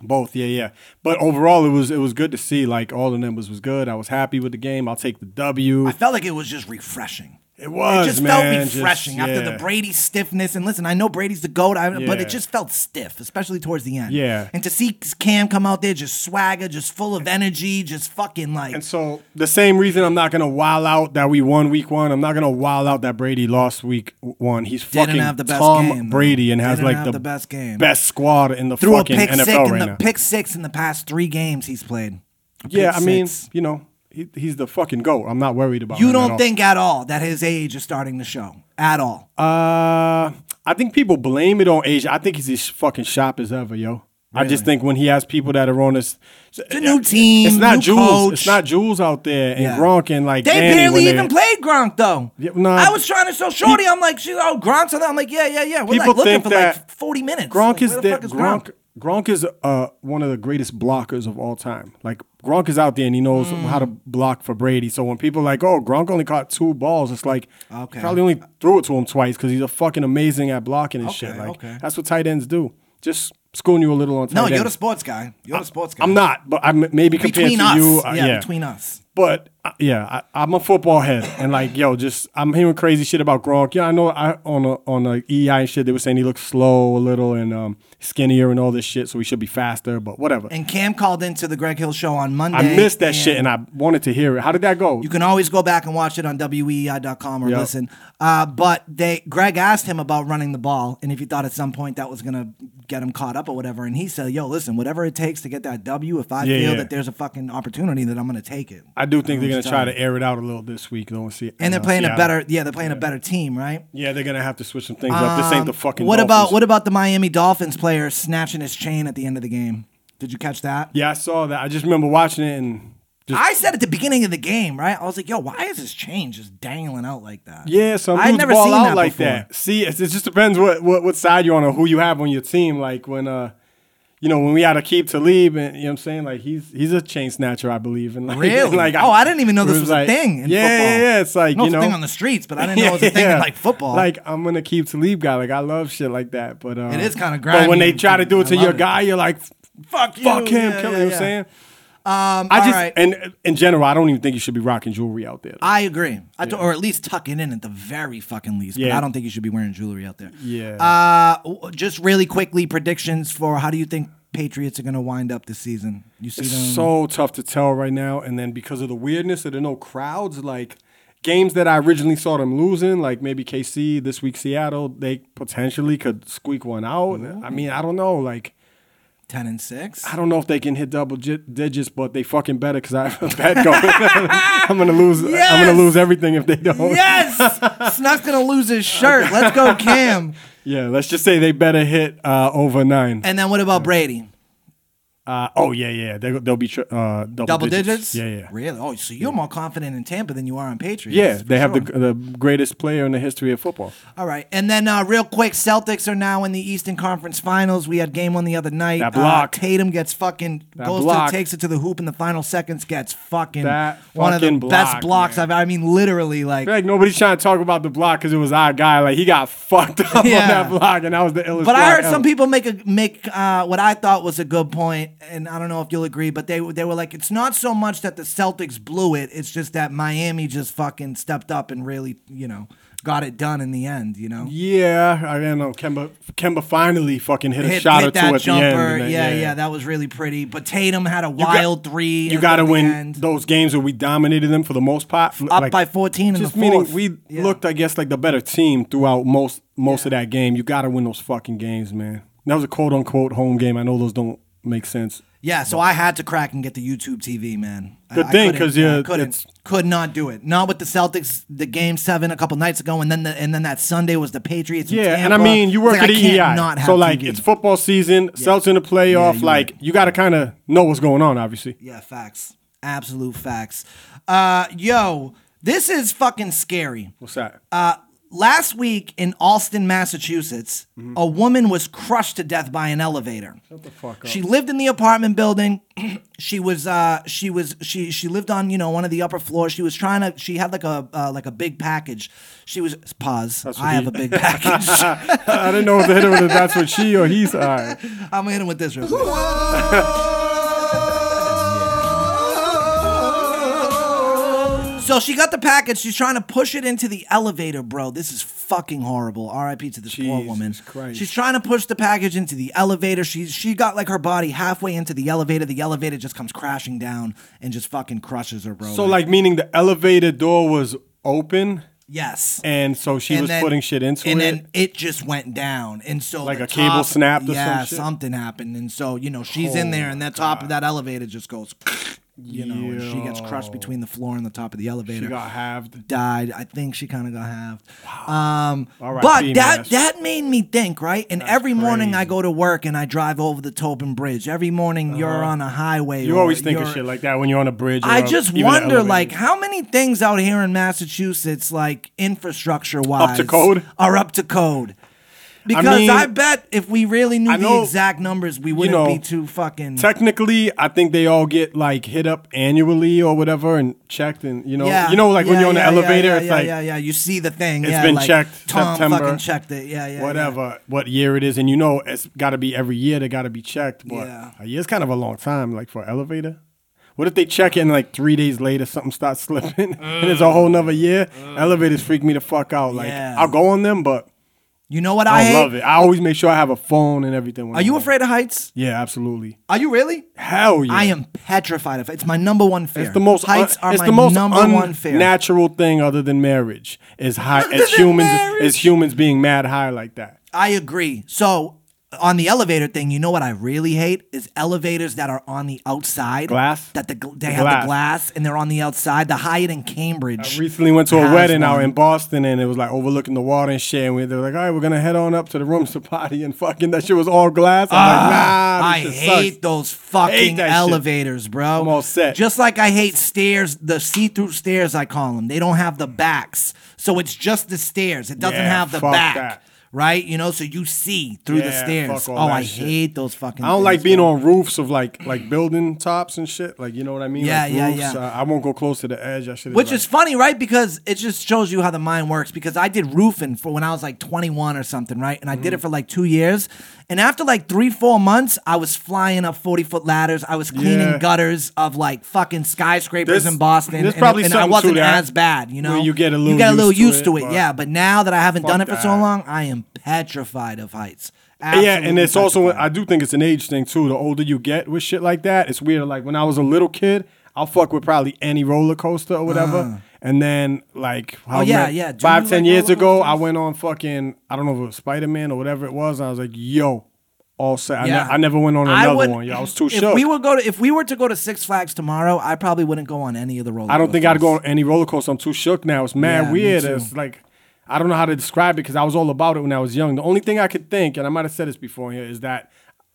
A: Both, yeah, yeah. But overall, it was it was good to see. Like all the numbers was good. I was happy with the game. I'll take the W.
D: I felt like it was just refreshing.
A: it was
D: it just
A: man,
D: felt refreshing
A: Just-
D: after
A: yeah.
D: the Brady stiffness. And listen, I know Brady's the goat, I, but
A: Yeah.
D: it just felt stiff, especially towards the end.
A: Yeah.
D: And to see Cam come out there just swagger, just full of energy, just fucking like.
A: And so the same reason I'm not gonna wild out that we won week one. I'm not gonna wild out that Brady lost week one. He's
D: Didn't
A: fucking
D: have the best
A: Tom
D: game, though.
A: Brady and has
D: Didn't
A: like
D: have
A: the,
D: the best game.
A: best squad in the
D: threw a
A: fucking
D: pick
A: NFL
D: six
A: right
D: in the
A: now.
D: pick six in the past three games he's played. A
A: yeah,
D: pick
A: I mean,
D: six.
A: you know, he, he's the fucking goat. I'm not worried about.
D: you
A: him at
D: don't
A: all.
D: think at all that his age is starting to show at all.
A: Uh, I think people blame it on Asia. I think he's as fucking sharp as ever, yo. I just think when he has people that are on this,
D: a new team,
A: It's not
D: new
A: Jules.
D: coach.
A: It's not Jules out there and
D: Yeah.
A: Gronk and like
D: They
A: Danny when
D: barely
A: they-
D: even played Gronk though.
A: Yeah, nah.
D: I was trying to show Shorty. I'm like, she's oh Gronk's on that. I'm like, yeah, yeah, yeah. We're
A: People
D: like looking
A: think
D: for
A: that
D: like 40 minutes.
A: Gronk
D: Like,
A: is
D: where the
A: the,
D: fuck is
A: Gronk. Gronk is uh one of the greatest blockers of all time. Like Gronk is out there and he knows
D: Hmm.
A: how to block for Brady. So when people are like, oh, Gronk only caught two balls, it's like he
D: Okay.
A: probably only threw it to him twice because he's a fucking amazing at blocking and shit.
D: Okay,
A: Like
D: okay.
A: that's what tight ends do. Just schooling you a little on tight
D: No,
A: ends.
D: you're the sports guy. You're the sports guy.
A: I'm not, but I'm maybe compared
D: between
A: to
D: us.
A: you. uh,
D: yeah, between us.
A: But uh, yeah, I, I'm a football head, and like, yo, just I'm hearing crazy shit about Gronk. Yeah, I know. I on a, on a EI and shit, they were saying he looks slow a little and um, skinnier and all this shit, so he should be faster. But whatever.
D: And Cam called into the Greg Hill show on Monday.
A: I missed that shit, and I wanted to hear it. How did that go?
D: You can always go back and watch it on E weei.com or
A: Yep.
D: listen. Uh, but they Greg asked him about running the ball and if he thought at some point that was gonna get him caught up or whatever, and he said, "Yo, listen, whatever it takes to get that W. If I
A: Yeah,
D: feel
A: yeah.
D: that there's a fucking opportunity, that I'm gonna take it."
A: I do think they're
D: I know
A: gonna
D: what
A: try
D: you're
A: to air it out a little this week. Don't see.
D: Oh, And they're
A: uh,
D: playing a
A: Seattle.
D: better, yeah, they're playing a better team, right?
A: Yeah, they're gonna have to switch some things up. This ain't the fucking.
D: Um, What
A: Dolphins.
D: about what about the Miami Dolphins player snatching his chain at the end of the game? Did you catch that?
A: Yeah, I saw that. I just remember watching it and just
D: I said at the beginning of the game, right? I was like, "Yo, why is his chain just dangling out like that?"
A: Yeah, some
D: I'd
A: dudes
D: never
A: ball
D: seen
A: out
D: that
A: like
D: before.
A: that. See, it's, it just depends what, what what side you're on or who you have on your team. Like when uh, you know, when we had Akeem Talib, and you know what I'm saying, like he's he's a chain snatcher, I believe. And like,
D: Really?
A: like
D: oh, I didn't even know
A: it
D: this was
A: like-
D: a thing. In
A: yeah,
D: football.
A: yeah, yeah. It's like
D: I know
A: you know,
D: it's a thing on the streets, but I didn't know it was a thing in like football.
A: Like I'm gonna keep Talib guy. Like I love shit like that, but uh,
D: It is kinda
A: But when they
D: grimy.
A: try to do it
D: I
A: to your
D: love it.
A: guy, you're like, fuck,
D: you.
A: fuck him,
D: Yeah,
A: kill him. You know
D: yeah,
A: what I'm
D: yeah.
A: saying?
D: um,
A: I
D: all
A: just
D: right.
A: and in general, I don't even think you should be rocking jewelry out there.
D: I agree. I do- or at least tuck it in at the very fucking least. But
A: Yeah.
D: I don't think you should be wearing jewelry out there.
A: Yeah.
D: Uh, w- just really quickly, predictions for how do you think Patriots are going to wind up this season? You see them?
A: so tough to tell right now. And then because of the weirdness that there are no crowds, like games that I originally saw them losing, like maybe KC this week, Seattle, they potentially could squeak one out. I mean, I don't know. Like,
D: ten and six.
A: I don't know if they can hit double gi- digits, but they fucking better because I have a bad going. I'm gonna lose. I'm
D: Yes!
A: gonna lose everything if they don't.
D: Yes, Snuff's gonna lose his shirt. Let's go, Cam.
A: Yeah, let's just say they better hit uh, over nine.
D: And then what about Brady?
A: Uh, oh yeah, yeah, they, they'll be tr- uh, double,
D: Double digits?
A: Yeah, yeah,
D: Really? Oh, so you're more confident in Tampa than you are in Patriots.
A: yeah.
D: for
A: They have
D: sure.
A: the the greatest player in the history of football.
D: All right, and then uh, real quick, Celtics are now in the Eastern Conference Finals. We had game one the other night.
A: That block.
D: Uh, Tatum gets fucking
A: That
D: goes
A: block.
D: to takes it to the hoop in the final seconds. Gets fucking
A: That
D: one
A: fucking
D: of the best
A: block,
D: blocks
A: man.
D: I've. I mean, literally,
A: I
D: like.
A: feel like nobody's trying to talk about the block because it was our guy. Like he got fucked up
D: Yeah.
A: on that block, and that was the illest.
D: But I
A: block
D: heard some
A: ever.
D: people make a make uh, what I thought was a good point, and I don't know if you'll agree. But they they were like, it's not so much that the Celtics blew it; it's just that Miami just fucking stepped up and really, you know, got it done in the end. You know,
A: Yeah, I don't know. Kemba Kemba finally fucking hit a
D: hit,
A: shot
D: hit
A: or two
D: that
A: at
D: jumper.
A: the end. and then-
D: yeah, yeah, that was really pretty. But Tatum had a
A: You got-
D: wild three.
A: You
D: at
A: got to
D: the
A: win
D: end.
A: those games where we dominated them for the most part.
D: Up by 14 in
A: Just
D: the
A: meaning
D: fourth.
A: we
D: Yeah.
A: looked, I guess, like the better team throughout most most of that game. You got to win those fucking games, man. That was a quote unquote home game. I know those don't make sense.
D: yeah, so I had to crack and get the YouTube TV, man. I-
A: Good
D: I
A: thing,
D: couldn't-
A: 'cause, yeah,
D: I couldn't
A: it's-
D: could not do it. Not with the Celtics, the game seven a couple nights ago, and then the and then that Sunday was the Patriots. in
A: Yeah, and I
D: Tampa.
A: mean, you
D: It's
A: work
D: like,
A: at
D: I can't
A: EEI,
D: Not have
A: so like
D: TV.
A: it's football season. Celtics in the playoff.
D: you're
A: like you got to kind of know what's going on, obviously.
D: Yeah, facts. Absolute facts. Uh, yo, this is fucking scary.
A: What's that?
D: Uh, last week in Alston, Massachusetts, a woman was crushed to death by an elevator. Mm-hmm. Shut the fuck up. She lived in the apartment building. she was uh, she was she she lived on you know one of the upper floors. She was trying to she had like a uh, like a big package. She was pause.
A: what
D: I have
A: he-
D: a big package.
A: I didn't know if the hitter was that's what she or he's. All right.
D: I'm hitting with this real quick. So she got the package. She's trying to push it into the elevator, bro. This is fucking horrible. R.I.P. to this poor
A: Jesus
D: woman.
A: Christ.
D: She's trying to push the package into the elevator. She she got like her body halfway into the elevator. The elevator just comes crashing down and just fucking crushes her, bro.
A: So like meaning the elevator door was open,
D: yes.
A: and so she was
D: then-
A: putting shit into
D: and
A: it.
D: then it just went down, and so
A: Like
D: the
A: a cable
D: top-
A: snapped or some
D: yeah,
A: shit? Oh,
D: something happened, and so you know she's in there, and that top of that elevator just goes, you know, and she gets crushed between the floor and the top of the elevator.
A: she got halved.
D: died. I think she kind of got halved. Um,
A: R.I.P.,
D: but
A: man.
D: that that made me think, right? And every morning I
A: crazy.
D: go to work and I drive over the Tobin Bridge. Every morning you're on a highway.
A: Uh-huh. You
D: or
A: always think of
D: you're-
A: shit like that when you're on a bridge. or
D: I
A: a-
D: just
A: even an
D: wonder,
A: elevator.
D: like, how many things out here in Massachusetts, like infrastructure wise,
A: code?
D: are up to code. Because I,
A: mean,
D: bet if we really knew
A: I know-
D: the exact numbers, we wouldn't
A: know,
D: be too fucking.
A: Technically, I think they all get like hit up annually or whatever and checked, and you know,
D: yeah,
A: you know, like when
D: yeah,
A: you're on
D: yeah,
A: the
D: yeah,
A: elevator,
D: yeah,
A: it's
D: yeah,
A: like
D: yeah, yeah, you see the thing.
A: it's
D: yeah,
A: been
D: like,
A: checked
D: Tom
A: September,
D: fucking checked it. Yeah, yeah, yeah.
A: whatever, what year it is, and you know, it's got to be every year they got to be checked. But
D: Yeah.
A: a year's kind of a long time, like for an elevator. What if they check it and like three days later something starts slipping and it's a whole nother year? Elevators freak me the fuck out. Like
D: Mm. Yeah.
A: I'll go on them, but
D: You know what I,
A: I,
D: hate?
A: love it. I always make sure I have a phone and everything. when
D: Are
A: I'm
D: you
A: on.
D: afraid of heights?
A: Yeah, absolutely.
D: Are you really?
A: Hell yeah.
D: I am petrified of it. It's my number one fear.
A: It's the most
D: heights are
A: it's
D: my
A: the most
D: number one fear.
A: unnatural thing other than marriage is high as
D: than
A: humans
D: marriage.
A: as humans being mad high like that.
D: I agree. So on the elevator thing, you know what I really hate is elevators that are on the outside.
A: Glass?
D: That the gl- they
A: The
D: have the
A: glass.
D: glass and they're on the outside. The Hyatt in Cambridge.
A: I recently went to a
D: has
A: wedding out
D: one.
A: in Boston and it was like overlooking the water and shit. And we, they were like, all right, we're gonna head on up to the rooms to party and fucking that shit was all glass. I'm
D: Ah, I
A: like, nah, this shit
D: hate
A: sucks.
D: those fucking
A: Hate that shit.
D: elevators, bro.
A: I'm all set.
D: Just like I hate stairs, the see-through stairs I call them. They don't have the backs, so it's just the stairs. It doesn't
A: Yeah,
D: have the
A: fuck
D: back,
A: that.
D: right? You know, so you see through the
A: Yeah,
D: stairs.
A: fuck
D: Oh,
A: all that
D: I
A: shit.
D: hate those fucking.
A: I don't like
D: things,
A: being
D: bro.
A: on roofs of like like building tops and shit. Like you know what I mean?
D: Yeah,
A: like
D: yeah,
A: roofs,
D: yeah.
A: Uh, I won't go close to the edge. I should.
D: Which is funny, right? Because it just shows you how the mind works. Because I did roofing for when I was like 21 or something, right? And I
A: Mm.
D: did it for like two years. And after like three, four months, I was flying up 40 foot ladders. I was cleaning
A: Yeah.
D: gutters of and fucking skyscrapers
A: This-
D: in Boston.
A: there's
D: and,
A: probably
D: and I
A: something to
D: wasn't
A: that,
D: as bad, you know.
A: where you get a little
D: you get a
A: used
D: little
A: to
D: used
A: it,
D: to it,
A: but-
D: yeah. But now that I haven't done it for so
A: that.
D: long, I am petrified of heights. Absolutely
A: yeah, and it's also
D: petrified.
A: I do think it's an age thing too. The older you get with shit like that, it's weird. Like when I was a little kid, I'll fuck with probably any roller coaster or whatever. And then like how
D: Uh. Oh, yeah,
A: many-
D: yeah. Do
A: five
D: you
A: ten
D: like
A: years
D: roller
A: ago, I
D: coasters?
A: went on fucking I don't know if it was Spider Man or whatever it was. And I was like, yo, all set. I, ne-
D: Yeah.
A: I never went on
D: I
A: another
D: would-
A: one. Yo, I was too
D: if
A: shook.
D: We were go to if we were to go to Six Flags tomorrow, I probably wouldn't go on any of the roller.
A: I don't think I'd
D: coasters.
A: go on any roller coaster. I'm too shook now. It's mad
D: Yeah, me
A: weird.
D: too.
A: It's like I don't know how to describe it because I was all about it when I was young. The only thing I could think, and I might have said this before here, is that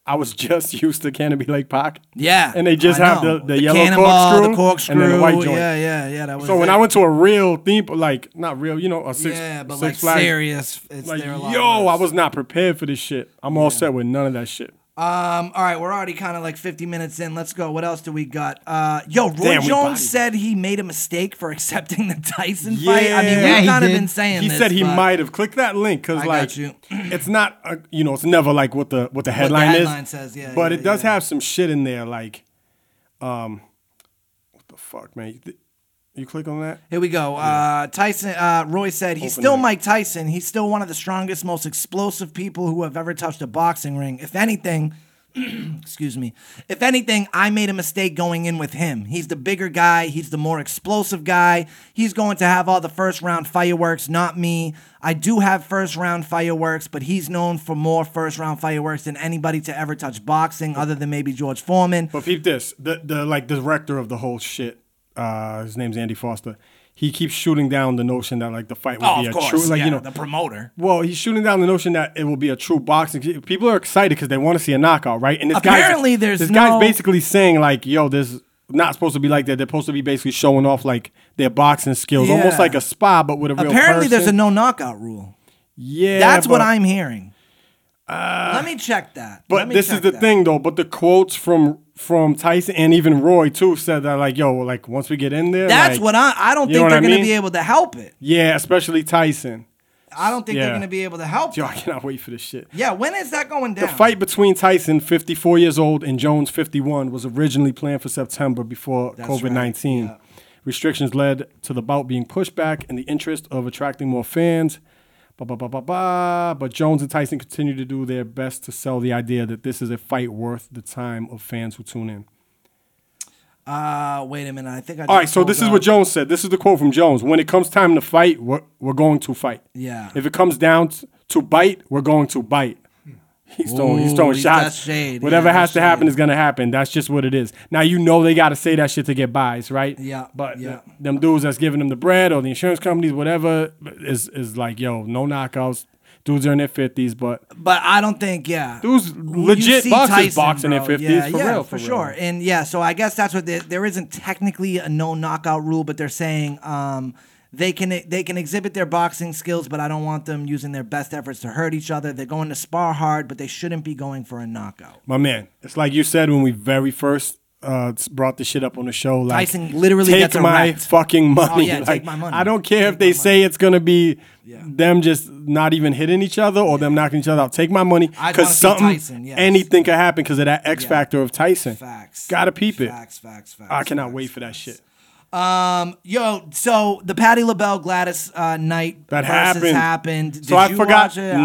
A: I was just used to Canopy Lake Park.
D: Yeah,
A: and they just
D: I
A: have
D: know.
A: the, the, yellow
D: cannonball,
A: corkscrew,
D: the corkscrew,
A: and then the white joint.
D: Yeah, yeah, yeah. That was
A: So when
D: it.
A: I went to a real theme, like not real, you know, a six,
D: yeah, but
A: Six
D: like
A: Flags,
D: serious, it's
A: like
D: there a lot
A: yo,
D: worse.
A: I was not prepared for this shit. I'm all set with none of that shit.
D: Um, all right, we're already kind of like 50 minutes in. Let's go. What else do we got? Uh, yo, Roy
A: Damn, we bodied
D: Jones
A: it.
D: said he made a mistake for accepting the Tyson fight. I mean,
A: Yeah.
D: we've
E: Yeah, he
D: kind of
E: did.
D: been saying
A: he
D: this,
A: said he
D: but
A: might have clicked that link because
D: I
A: like
D: got you.
A: it's not uh, you know it's never like what the what the headline,
D: headline
A: is
D: says, yeah,
A: but
D: yeah,
A: it does
D: yeah.
A: have some shit in there like um what the fuck man you, th- you click on that
D: Here we go. Uh, Tyson. Uh, Roy said he's
A: Open
D: still
A: mic.
D: Mike Tyson. He's still one of the strongest, most explosive people who have ever touched a boxing ring. If anything, excuse me. If anything, I made a mistake going in with him. He's the bigger guy. He's the more explosive guy. He's going to have all the first round fireworks, not me. I do have first round fireworks, but he's known for more first round fireworks than anybody to ever touch boxing, other than maybe George Foreman.
A: but peep this the the like director of the whole shit uh his name's Andy Foster he keeps shooting down the notion that like the fight would
D: Oh,
A: be
D: of
A: a true
D: course.
A: like
D: yeah,
A: you know
D: the promoter.
A: Well, he's shooting down the notion that it will be a true boxing. People are excited because they want to see a knockout, right? And this guy's-
D: Apparently, there's
A: this guy's
D: no-
A: basically saying like, "Yo, this not supposed to be like that. They're supposed to be basically showing off like their boxing skills,
D: Yeah.
A: almost like a spa, but with a real."
D: Apparently, there's a
A: person.
D: no knockout rule.
A: Yeah,
D: That's what
A: but-
D: I'm hearing. Let me check that. Let
A: Uh, But
D: me
A: this is
D: check
A: the
D: that.
A: thing, though. But the quotes from from Tyson and even Roy too said that like, "Yo, like once we get in there,
D: That's
A: like-
D: what I. I don't
A: You know
D: think
A: what
D: they're
A: I
D: going to
A: mean?
D: be able to help it.
A: Yeah, especially Tyson.
D: I don't think they're
A: Yeah.
D: going to be able to help.
A: Yo, I
D: it.
A: cannot wait for this shit.
D: Yeah. When is that going down?
A: The fight between Tyson, 54 years old, and Jones, 51, was originally planned for September before COVID 19. Restrictions led to the bout being pushed back in the interest of attracting more fans. Ba, ba, ba, ba, ba. But Jones and Tyson continue to do their best to sell the idea that this is a fight worth the time of fans who tune in.
D: Uh, wait a minute. I think I.
A: All right,
D: just
A: so this
D: pulled
A: is
D: up.
A: what Jones said. This is the quote from Jones. When it comes time to fight, we're, we're going to fight.
D: Yeah.
A: If it comes down t- to bite, we're going to bite. He's throwing, he's
D: Ooh,
A: throwing
D: he-
A: shots.
D: that's shade.
A: Whatever
D: Yeah,
A: has
D: that's
A: to happen
D: shade.
A: is going to happen. That's just what it is. Now, you know they got to say that shit to get buys, right?
D: Yeah,
A: But th-
D: yeah.
A: them dudes that's giving them the bread or the insurance companies, whatever, is, is like, yo, no knockouts. Dudes are in their 50s, but
D: But I don't think. Yeah.
A: dudes
D: You
A: legit
D: see
A: boxers
D: Tyson,
A: boxing in their
D: bro.
A: 50s.
D: Yeah,
A: for
D: yeah,
A: real,
D: for,
A: real.
D: sure. And yeah, so I guess that's what they, there isn't technically a no knockout rule, but they're saying um, they can they can exhibit their boxing skills, but I don't want them using their best efforts to hurt each other. They're going to spar hard, but they shouldn't be going for a knockout.
A: My man, it's like you said when we very first uh, brought this shit up on the show. Like,
D: Tyson literally
A: take
D: gets a
A: my
D: rat."
A: fucking money.
D: yeah,
A: like,
D: take my money.
A: I don't care
D: Take
A: if they
D: my
A: say it's gonna be them just not even hitting each other or them knocking each other out. Take my money
D: I
A: because
D: just wanna see
A: something,
D: Tyson, yes.
A: anything could happen because of that X factor of Tyson.
D: Facts.
A: Gotta peep it.
D: Facts, facts, facts.
A: I cannot
D: facts,
A: wait for that
D: facts.
A: shit.
D: Um, yo, so the Patty LaBelle Gladys uh, night
A: That
D: versus
A: happened.
D: happened.
A: so
D: Did
A: I
D: you
A: forgot.
D: watch it? I
A: Nah,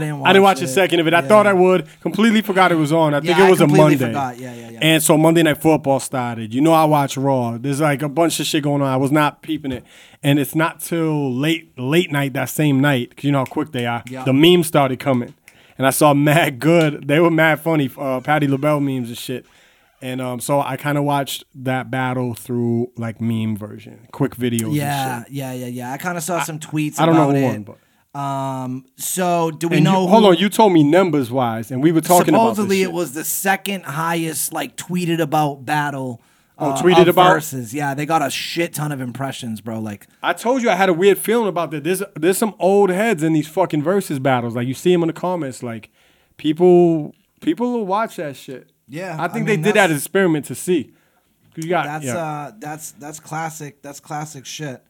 D: didn't- I didn't. Watch
A: a second of it. I thought I would. Completely forgot it was on. I think
D: Yeah,
A: it
D: I
A: was a
D: completely
A: Monday.
D: forgot. Yeah, yeah, yeah.
A: And so Monday Night Football started. You know, I watch Raw. There's like a bunch of shit going on. I was not peeping it, and it's not till late late night that same night. 'cause you know how quick they are.
D: Yeah.
A: The memes started coming, and I saw mad good. They were mad funny. Uh, Patty LaBelle memes and shit. And um, so I kind of watched that battle through like meme version, quick videos. and
D: Yeah,
A: shit.
D: yeah, yeah, yeah. I kind of saw some tweets.
A: I don't know
D: about
A: who
D: it.
A: won, but.
D: Um. So do we
A: And you-
D: know?
A: hold
D: who-
A: on, you told me numbers wise, and we were talking about
D: supposedly
A: this
D: it was the second highest like tweeted about battle.
A: Oh,
D: uh,
A: tweeted
D: of
A: about?
D: versus. Yeah, they got a shit ton of impressions, bro. Like
A: I told you I had a weird feeling about that. There's there's some old heads in these fucking versus battles. Like you see them in the comments. Like people people will watch that shit.
D: Yeah,
A: I think
D: I mean,
A: they did that
D: that's-
A: experiment to see. 'Cause You got
D: that's
A: yeah.
D: uh that's that's classic. That's classic shit.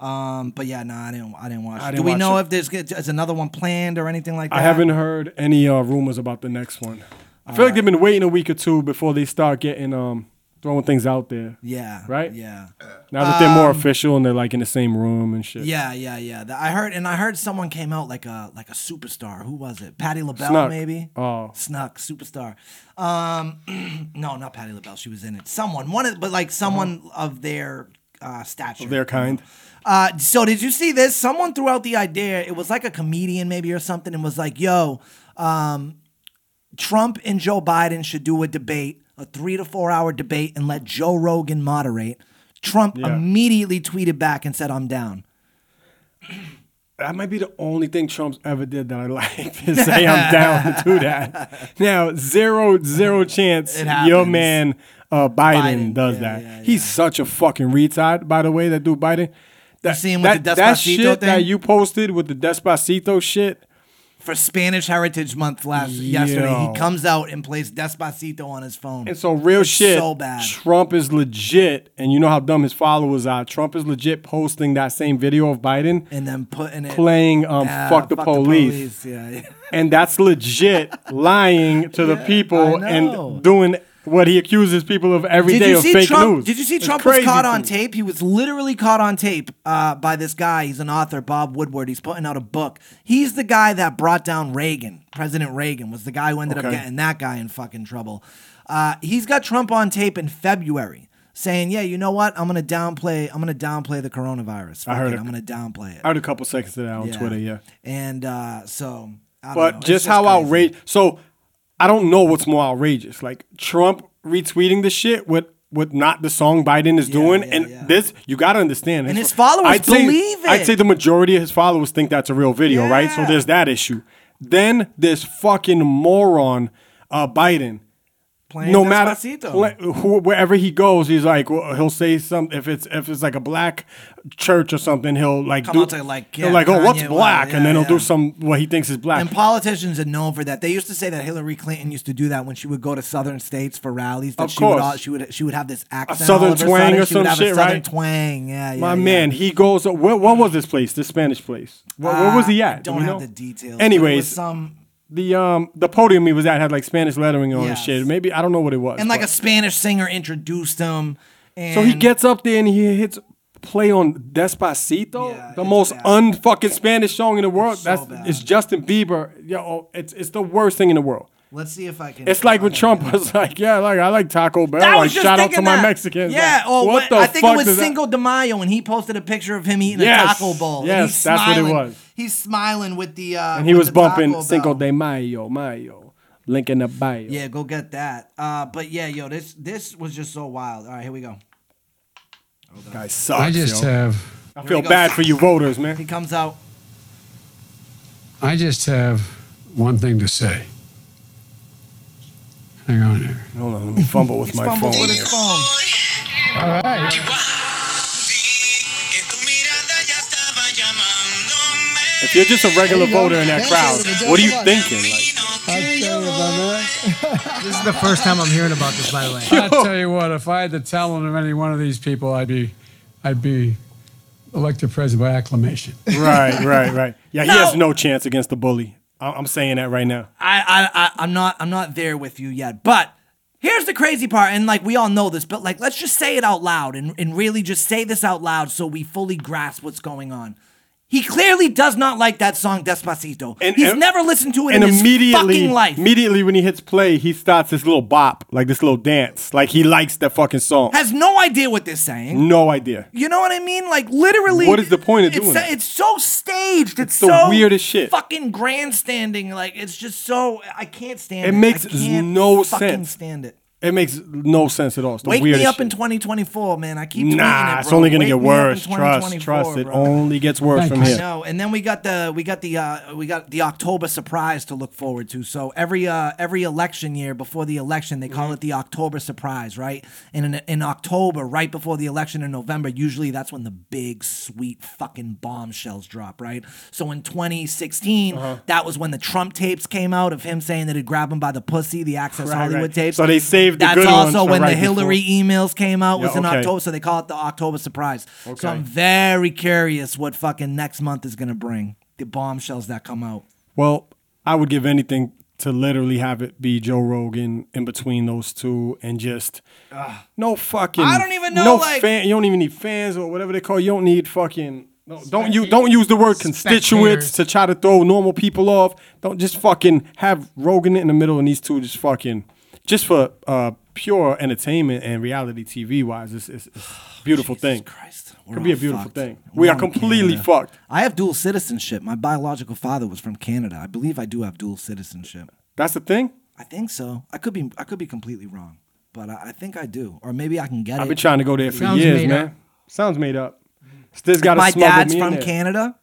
D: Um. But yeah, no, I didn't. I didn't watch.
A: I
D: it.
A: didn't
D: do we
A: watch
D: know
A: it.
D: if there's good- is another one planned or anything like that?
A: I haven't heard
D: Uh,
A: any uh, rumors about the next one. I feel like they've been waiting a week or two before they start getting um throwing things out there.
D: Yeah.
A: Right?
D: Yeah.
A: Now that they're more official and they're like in the same room and shit.
D: Yeah, yeah, yeah. The- I heard, and I heard someone came out like a like a superstar. Who was it? Patty LaBelle,
A: Snuck.
D: maybe.
A: Oh.
D: Snuck, superstar. Um, no, not Patty LaBelle. She was in it. Someone, one of, but like someone of their uh, stature.
A: Uh-huh. Of their kind.
D: Uh, so did you see this? Someone threw out the idea. It was like a comedian maybe or something, and was like, "Yo, um, Trump and Joe Biden should do a debate, a three to four hour debate, and let Joe Rogan moderate." Trump
A: Yeah.
D: immediately tweeted back and said, "I'm down."
A: That might be the only thing Trump's ever did that I like to say I'm down to do that. Now, zero, zero chance
D: It
A: your
D: happens.
A: man uh, Biden,
D: Biden,
A: does
D: yeah,
A: that.
D: yeah,
A: He's such a fucking retard, by the way, that dude Biden. That,
D: see him with the
A: that
D: Despacito
A: shit that
D: thing?
A: you posted with the Despacito shit.
D: for Spanish Heritage Month last yesterday.
A: Yo.
D: He comes out and plays Despacito on his phone.
A: And so real
D: It's
A: shit.
D: So bad.
A: Trump is legit, and you know how dumb his followers are. Trump is legit posting that same video of Biden
D: And then putting it
A: playing um
D: Ah,
A: fuck, the, police.
D: Yeah, yeah.
A: and that's legit lying to the people
D: I know.
A: and doing what he accuses people of every
D: Did
A: day
D: you
A: of
D: see
A: fake
D: Trump?
A: news.
D: Did you see
A: It's
D: Trump was
A: crazy
D: caught
A: to
D: on
A: me.
D: tape? He was literally caught on tape uh, by this guy. He's an author, Bob Woodward. He's putting out a book. He's the guy that brought down Reagan. President Reagan was the guy who ended up
A: Okay.
D: getting that guy in fucking trouble. Uh, he's got Trump on tape in February. Saying, yeah, you know what? I'm gonna downplay. I'm gonna downplay the coronavirus. Fuck
A: heard
D: it.
A: it.
D: I'm gonna downplay it.
A: I heard a couple seconds of that on Twitter, yeah.
D: And uh, so, I don't know.
A: But
D: It's
A: just how
D: crazy.
A: outrageous. So I don't know what's more outrageous, like Trump retweeting the shit with with not the song Biden is doing,
D: yeah,
A: and
D: yeah.
A: this you got to understand.
D: And his followers
A: say,
D: believe it.
A: I'd say the majority of his followers think that's a real video, right? So
D: Yeah.
A: there's that issue. Then this fucking moron, uh, Biden.
D: Playing
A: no matter
D: Despacito.
A: pla- who, wherever he goes, he's like well, he'll say some if it's if it's like a black church or something, he'll like
D: Come
A: do
D: out to, like,
A: he'll
D: yeah,
A: like oh what's
D: Kanye West,
A: black, and then
D: yeah,
A: he'll do
D: yeah.
A: some what he thinks is black.
D: And politicians are known for that. They used to say that Hillary Clinton used to do that when she would go to southern states for rallies. That
A: Of
D: she would,
A: course.
D: all, she would she would have this accent,
A: southern
D: all of a
A: twang
D: sudden.
A: or
D: she
A: some
D: would have a
A: shit,
D: southern
A: right?
D: twang. Yeah, yeah
A: My
D: yeah.
A: man, he goes. What, what was this place? This Spanish place? Where, where was he
D: Uh,
A: at? Do
D: don't
A: we
D: have
A: know?
D: the details. but it was
A: Anyways,
D: some
A: the um the podium he was at had like Spanish lettering on and
D: Yes.
A: shit. Maybe I don't know what it was.
D: and like a
A: but-
D: Spanish singer introduced him. And
A: so he gets up there and he hits play on Despacito,
D: Yeah,
A: the
D: it's
A: most
D: bad.
A: unfucking Spanish song in the world.
D: so
A: That's
D: bad.
A: it's Justin Bieber. Yo, it's it's the worst thing in the world.
D: Let's see if I can.
A: It's like when
D: with
A: Trump was like, "Yeah, like I like Taco Bell.
D: I
A: Like,
D: was just
A: shout out
D: thinking
A: to my
D: that.
A: Mexicans."
D: Yeah.
A: Like,
D: oh,
A: what
D: what
A: the
D: I think
A: fuck
D: it was
A: does that-
D: Cinco de Mayo, and he posted a picture of him eating
A: Yes.
D: a taco bowl. and
A: Yes,
D: he's
A: that's what it
D: smiling-
A: was.
D: He's smiling with the. Uh,
A: And he
D: with
A: was
D: the Taco
A: bumping
D: Bell.
A: Cinco de Mayo, Mayo, link in the bio.
D: Yeah, go get that. Uh, but yeah, yo, this this was just so wild. All right, here we go.
A: guy sucks.
H: I just
A: yo.
H: have
A: I feel
D: we go.
A: bad for you voters,
D: He
A: man.
D: comes out.
H: I just have one thing to say. Hang on here.
A: Hold on, let me fumble with
D: He's
A: my phone.
D: fumbled with
A: here.
D: his phone.
H: All right.
A: If you're just a regular voter in that crowd, what are you thinking? Like,
H: I'll tell you about that.
E: This is the first time I'm hearing about this, by the way.
H: I'll tell you what. If I had the talent of any one of these people, I'd be, I'd be elected president by acclamation.
A: right, right, right. Yeah, he has no chance against the bully. I- I'm saying that right now.
D: I, I, I, I'm not, I'm not there with you yet. But here's the crazy part, and like we all know this, but like let's just say it out loud and, and really just say this out loud so we fully grasp what's going on. He clearly does not like that song Despacito.
A: And-
D: He's
A: and-
D: never listened to it
A: And
D: in his
A: immediately,
D: fucking life.
A: immediately when he hits play, he starts this little bop, like this little dance, like he likes that fucking song.
D: has no idea what they're saying.
A: No idea.
D: You know what I mean? Like literally.
A: What is the point of
D: it's,
A: doing that?
D: It's so staged. It's,
A: the
D: so
A: weirdest shit.
D: Fucking grandstanding. Like it's just so. I can't stand
A: It
D: it.
A: makes
D: I can't
A: no
D: fucking
A: sense.
D: Stand it.
A: It makes no sense at all. It's the
D: Wake me
A: weirdest
D: up in
A: shit.
D: 2024, man. I keep tweeting
A: Nah,
D: it,
A: it's
D: bro.
A: only gonna
D: Wake
A: get
D: me up in
A: worse. Trust,
D: 2024,
A: trust. It
D: bro.
A: only gets worse
H: Thank
A: from
H: you.
A: here.
D: I know. And then we got the we got the uh, we got the October surprise to look forward to. So every uh, every election year before the election, they call
A: Mm-hmm.
D: it the October surprise, right? And in, in October, right before the election in November, usually that's when the big sweet fucking bombshells drop, right? So in 2016,
A: Uh-huh.
D: that was when the Trump tapes came out of him saying that he grabbed him by the pussy, the Access
A: Right, right.
D: Hollywood tapes.
A: So they saved the
D: That's
A: good ones
D: also
A: for
D: when
A: right
D: the Hillary emails came out
A: Yeah,
D: was in
A: okay.
D: October, so they call it the October surprise.
A: Okay.
D: So I'm very curious what fucking next month is gonna bring. The bombshells that come out.
A: Well, I would give anything to literally have it be Joe Rogan in between those two and just no fucking.
D: Ah. I don't even know,
A: No
D: like-
A: fan. You don't even need fans or whatever they call. You don't need fucking. No, don't you don't use the word constituents
E: Spectators.
A: to try to throw normal people off. Don't just fucking have Rogan in the middle and these two just fucking just for uh, pure entertainment and reality TV wise. It's, it's, it's a beautiful thing.
D: Christ, we're
A: Could be
D: all
A: a beautiful
D: fucked.
A: thing.
D: We're
A: We are
D: all
A: completely
D: Canada.
A: fucked.
D: I have dual citizenship. My biological father was from Canada. I believe I do have dual citizenship.
A: That's the thing.
D: I think so. I could be I could be completely wrong, but I, I think I do, or maybe I can get
A: I've
D: it.
A: been trying to go there for
E: Sounds
A: years,
E: made
A: man.
E: up.
A: Sounds made up. Stiz got
D: My
A: to smuggle
D: dad's
A: me in
D: from
A: there.
D: Canada.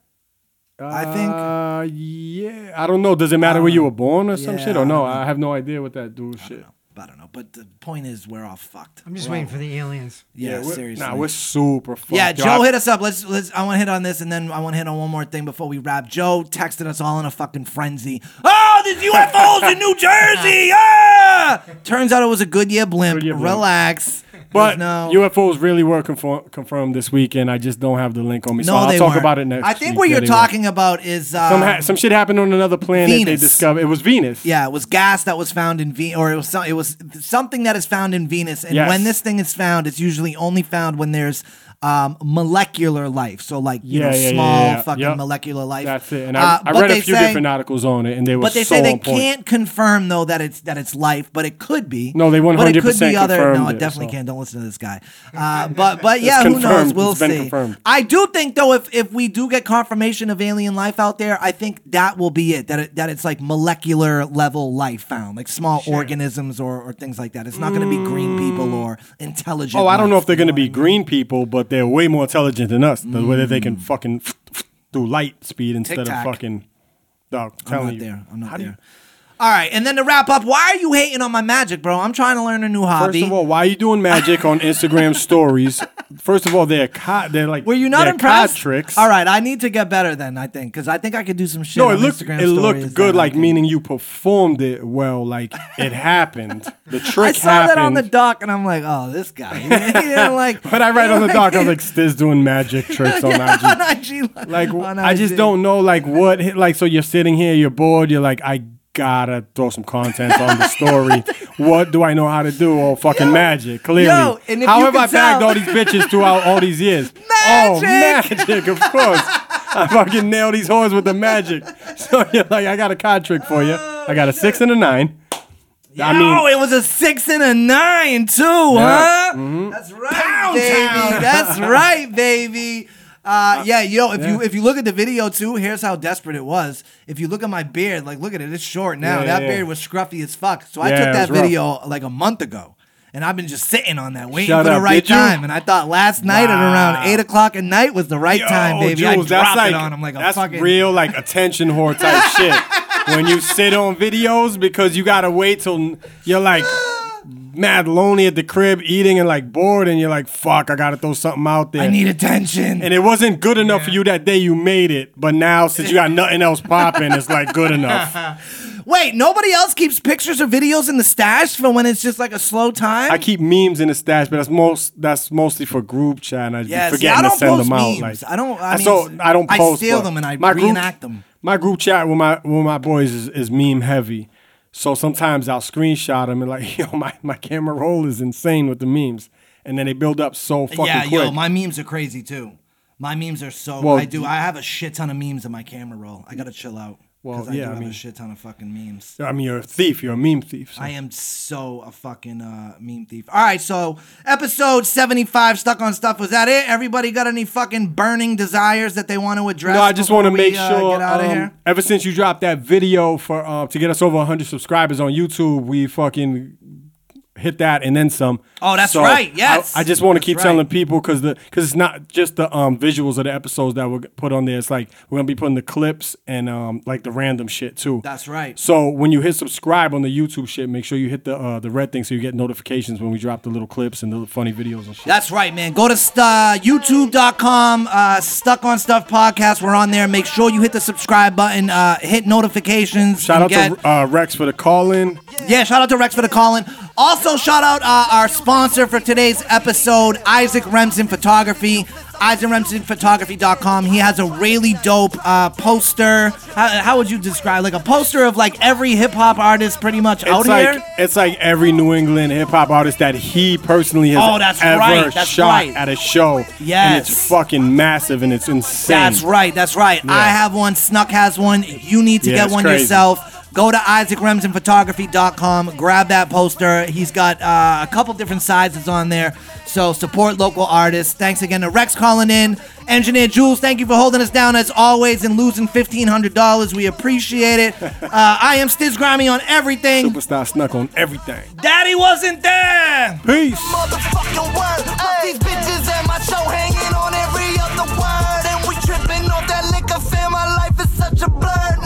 D: I think.
A: Uh, yeah. I don't know. Does it matter where you were born or some
D: Yeah,
A: shit
D: I
A: or no?
D: don't
A: I have no idea what that dude shit.
D: I don't know, but the point is, we're all fucked.
E: I'm just
D: We're
E: waiting
D: all-
E: for the aliens.
D: Yeah,
A: we're-
D: seriously.
A: Nah, we're super fucked.
D: yeah,
A: yo.
D: Joe
A: I-
D: hit us up. Let's let's. I want to hit on this, and then I want to hit on one more thing before we wrap. Joe texted us all in a fucking frenzy. Oh, there's UFOs in New Jersey. Ah! Turns out it was a Goodyear blimp.
A: Goodyear blimp.
D: Relax.
A: But
D: There's no.
A: UFOs really were confirm- confirmed this weekend. I just don't have the link on me. so
D: no,
A: I'll
D: they
A: talk
D: weren't.
A: about it next.
D: I think
A: week.
D: what
A: Yeah,
D: you're
A: they were.
D: talking about is uh,
A: Some ha- some shit happened on another planet. They
D: Venus.
A: discovered it was Venus.
D: Yeah, it was gas that was found in Venus, or it was some, it was something that is found in Venus. And
A: Yes.
D: when this thing is found, it's usually only found when there's um, molecular life. So like you
A: Yeah,
D: know,
A: yeah, yeah,
D: small
A: yeah.
D: fucking
A: Yep.
D: molecular life.
A: That's it. And I,
D: Uh,
A: I
D: but
A: read
D: they
A: a few
D: say-
A: different articles on it, and they were
D: But they
A: so
D: say they
A: on point.
D: can't confirm though that it's that it's life, but it could be.
A: No, they
D: But it could
A: 100%
D: be other. No,
A: confirmed
D: it
A: it,
D: definitely
A: so.
D: can't. Don't listen to this guy. Uh, but but yeah, who knows?
A: confirmed.
D: We'll
A: It's been
D: see.
A: confirmed.
D: I do think though, if if we do get confirmation of alien life out there, I think that will be it. That it, that it's like molecular level life found, like small organisms or, or things like that. It's not going to be green people or intelligent.
A: Oh, I don't know
D: life.
A: if they're going to be green people, but they're way more intelligent than us. The way that they
D: Mm.
A: can fucking through light speed instead
D: Tic-tac.
A: of fucking. Dog, I'm
D: I'm
A: telling
D: not
A: you.
D: there. I'm not
A: How do
D: there.
A: you-
D: All right, and then to wrap up, why are you hating on my magic, bro? I'm trying to learn a new hobby.
A: First of all, why are you doing magic on Instagram stories? First of all, they're co- they're like
D: Were you not
A: they're
D: impressed?
A: cod tricks.
D: All right, I need to get better then. I think because I think I could do some shit.
A: No,
D: on
A: it looked
D: Instagram
A: it
D: stories
A: looked good.
D: that I
A: Like
D: can-
A: meaning you performed it well. Like it happened. The
D: I
A: trick
D: saw
A: happened.
D: that on the doc, and I'm like, oh, this guy. He didn't like.
A: but I write on the doc, I was like, "Stiz doing magic tricks on IG."
D: on IG,
A: Like
D: on
A: I just
D: IG.
A: don't know like what like so you're sitting here, you're bored, you're like, I gotta throw some content on the story. what do I know how to do? Oh fucking magic, clearly.
D: yo, and if
A: how
D: you
A: have
D: can
A: I bagged
D: tell-
A: all these bitches throughout all these years? Oh
D: Magic!
A: magic, of course. I fucking nailed these whores with the magic. So you're like, I got a card trick for you. I got a six and a nine. I
D: oh,
A: mean
D: it was a six and a nine too, huh?
A: Mm-hmm.
D: That's right, baby. That's right, baby. Uh, yeah, yo, if you if you look at the video too, here's how desperate it was. If you look at my beard, like look at it, it's short now.
A: Yeah,
D: that
A: yeah, yeah.
D: beard was scruffy as fuck. So I
A: Yeah,
D: took
A: it
D: that
A: was rough.
D: video like a month ago, and I've been just sitting on that waiting
A: Shut
D: for the
A: up,
D: right
A: did you?
D: time. And I thought last night at around eight o'clock at night was the right time,
A: Yo,
D: baby. I
A: Jules,
D: dropped
A: that's like,
D: it on him like a
A: that's
D: fucking
A: real like attention whore type shit. When you sit on videos because you gotta wait till you're like mad lonely at the crib eating and like bored and you're like fuck I gotta throw something out there.
D: I need attention.
A: and it wasn't good enough for you that day you made it, but now since you got nothing else popping, it's like good enough.
D: Wait, nobody else keeps pictures or videos in the stash for when it's just like a slow time.
A: I keep memes in the stash, but that's most that's mostly for group chat and I
D: Yeah,
A: forget
D: see,
A: forgetting
D: I
A: to
D: don't
A: send
D: post
A: them out.
D: memes.
A: Like
D: I don't- I mean,
A: so I don't
D: I
A: post
D: steal
A: but
D: them and I
A: my group-
D: reenact them.
A: My group chat with my with my boys is, is meme heavy. So sometimes I'll screenshot them and like, yo, my, my camera roll is insane with the memes. And then they build up so fucking
D: yeah,
A: quick.
D: yo, my memes are crazy too. My memes are so.
A: Well,
D: I do. I have a shit ton of memes in my camera roll. I gotta chill out.
A: Well,
D: 'cause I
A: yeah,
D: do
A: I
D: have
A: mean-
D: a shit ton of fucking memes.
A: I mean, you're a thief. You're a meme thief. so-
D: I am so a fucking uh, meme thief. All right, so episode seventy-five, stuck on stuff. Was that it? Everybody got any fucking burning desires that they want to address?
A: No, I just
D: before
A: want to
D: we,
A: make
D: uh,
A: sure.
D: get out of
A: um,
D: here.
A: Ever since you dropped that video for uh, to get us over 100 subscribers on YouTube, we fucking hit that and then some.
D: Oh, that's right.
A: I-
D: Yes.
A: I, just want to
D: That's
A: keep
D: right.
A: telling people because the because it's not just the um, visuals of the episodes that we put on there. It's like we're gonna be putting the clips and um, like the random shit too.
D: That's right.
A: So when you hit subscribe on the YouTube shit, make sure you hit the uh, the red thing so you get notifications when we drop the little clips and the funny videos and shit.
D: That's right, man. Go to st- uh, youtube.com, uh, Stuck on Stuff podcast. We're on there. Make sure you hit the subscribe button, uh, hit notifications.
A: Shout
D: You
A: out
D: get-
A: to uh, Rex for the call in.
D: Yeah, shout out to Rex for the call in. Also, shout out uh, our sponsor for today's episode, Isaac Remsen Photography. IsaacRemsenPhotography.com. He has a really dope uh, poster. How, how would you describe? Like a poster of like every hip hop artist pretty much out
A: It's like
D: here.
A: it's like every New England hip hop artist that he personally has
D: Oh, that's
A: ever
D: right, that's
A: shot
D: right.
A: at a show. and
D: Yes.
A: it's fucking massive and it's insane.
D: That's right. That's right. I have one. Snuck has one. You need to
A: Yeah,
D: get
A: it's
D: one
A: crazy.
D: yourself. Go to IsaacRemsenPhotography.com. Grab that poster. He's got uh, a couple different sizes on there. So support local artists. Thanks again to Rex calling in. Engineer Jules, thank you for holding us down as always and losing $1,500. We appreciate it. Uh, I am Stiz Grimy on everything.
A: Superstar snuck on everything.
D: Daddy wasn't there.
A: Peace.
I: motherfucking word. Fuck these bitches and my show hanging on every other word. And we tripping off that liquor, fam. My life is such a blur.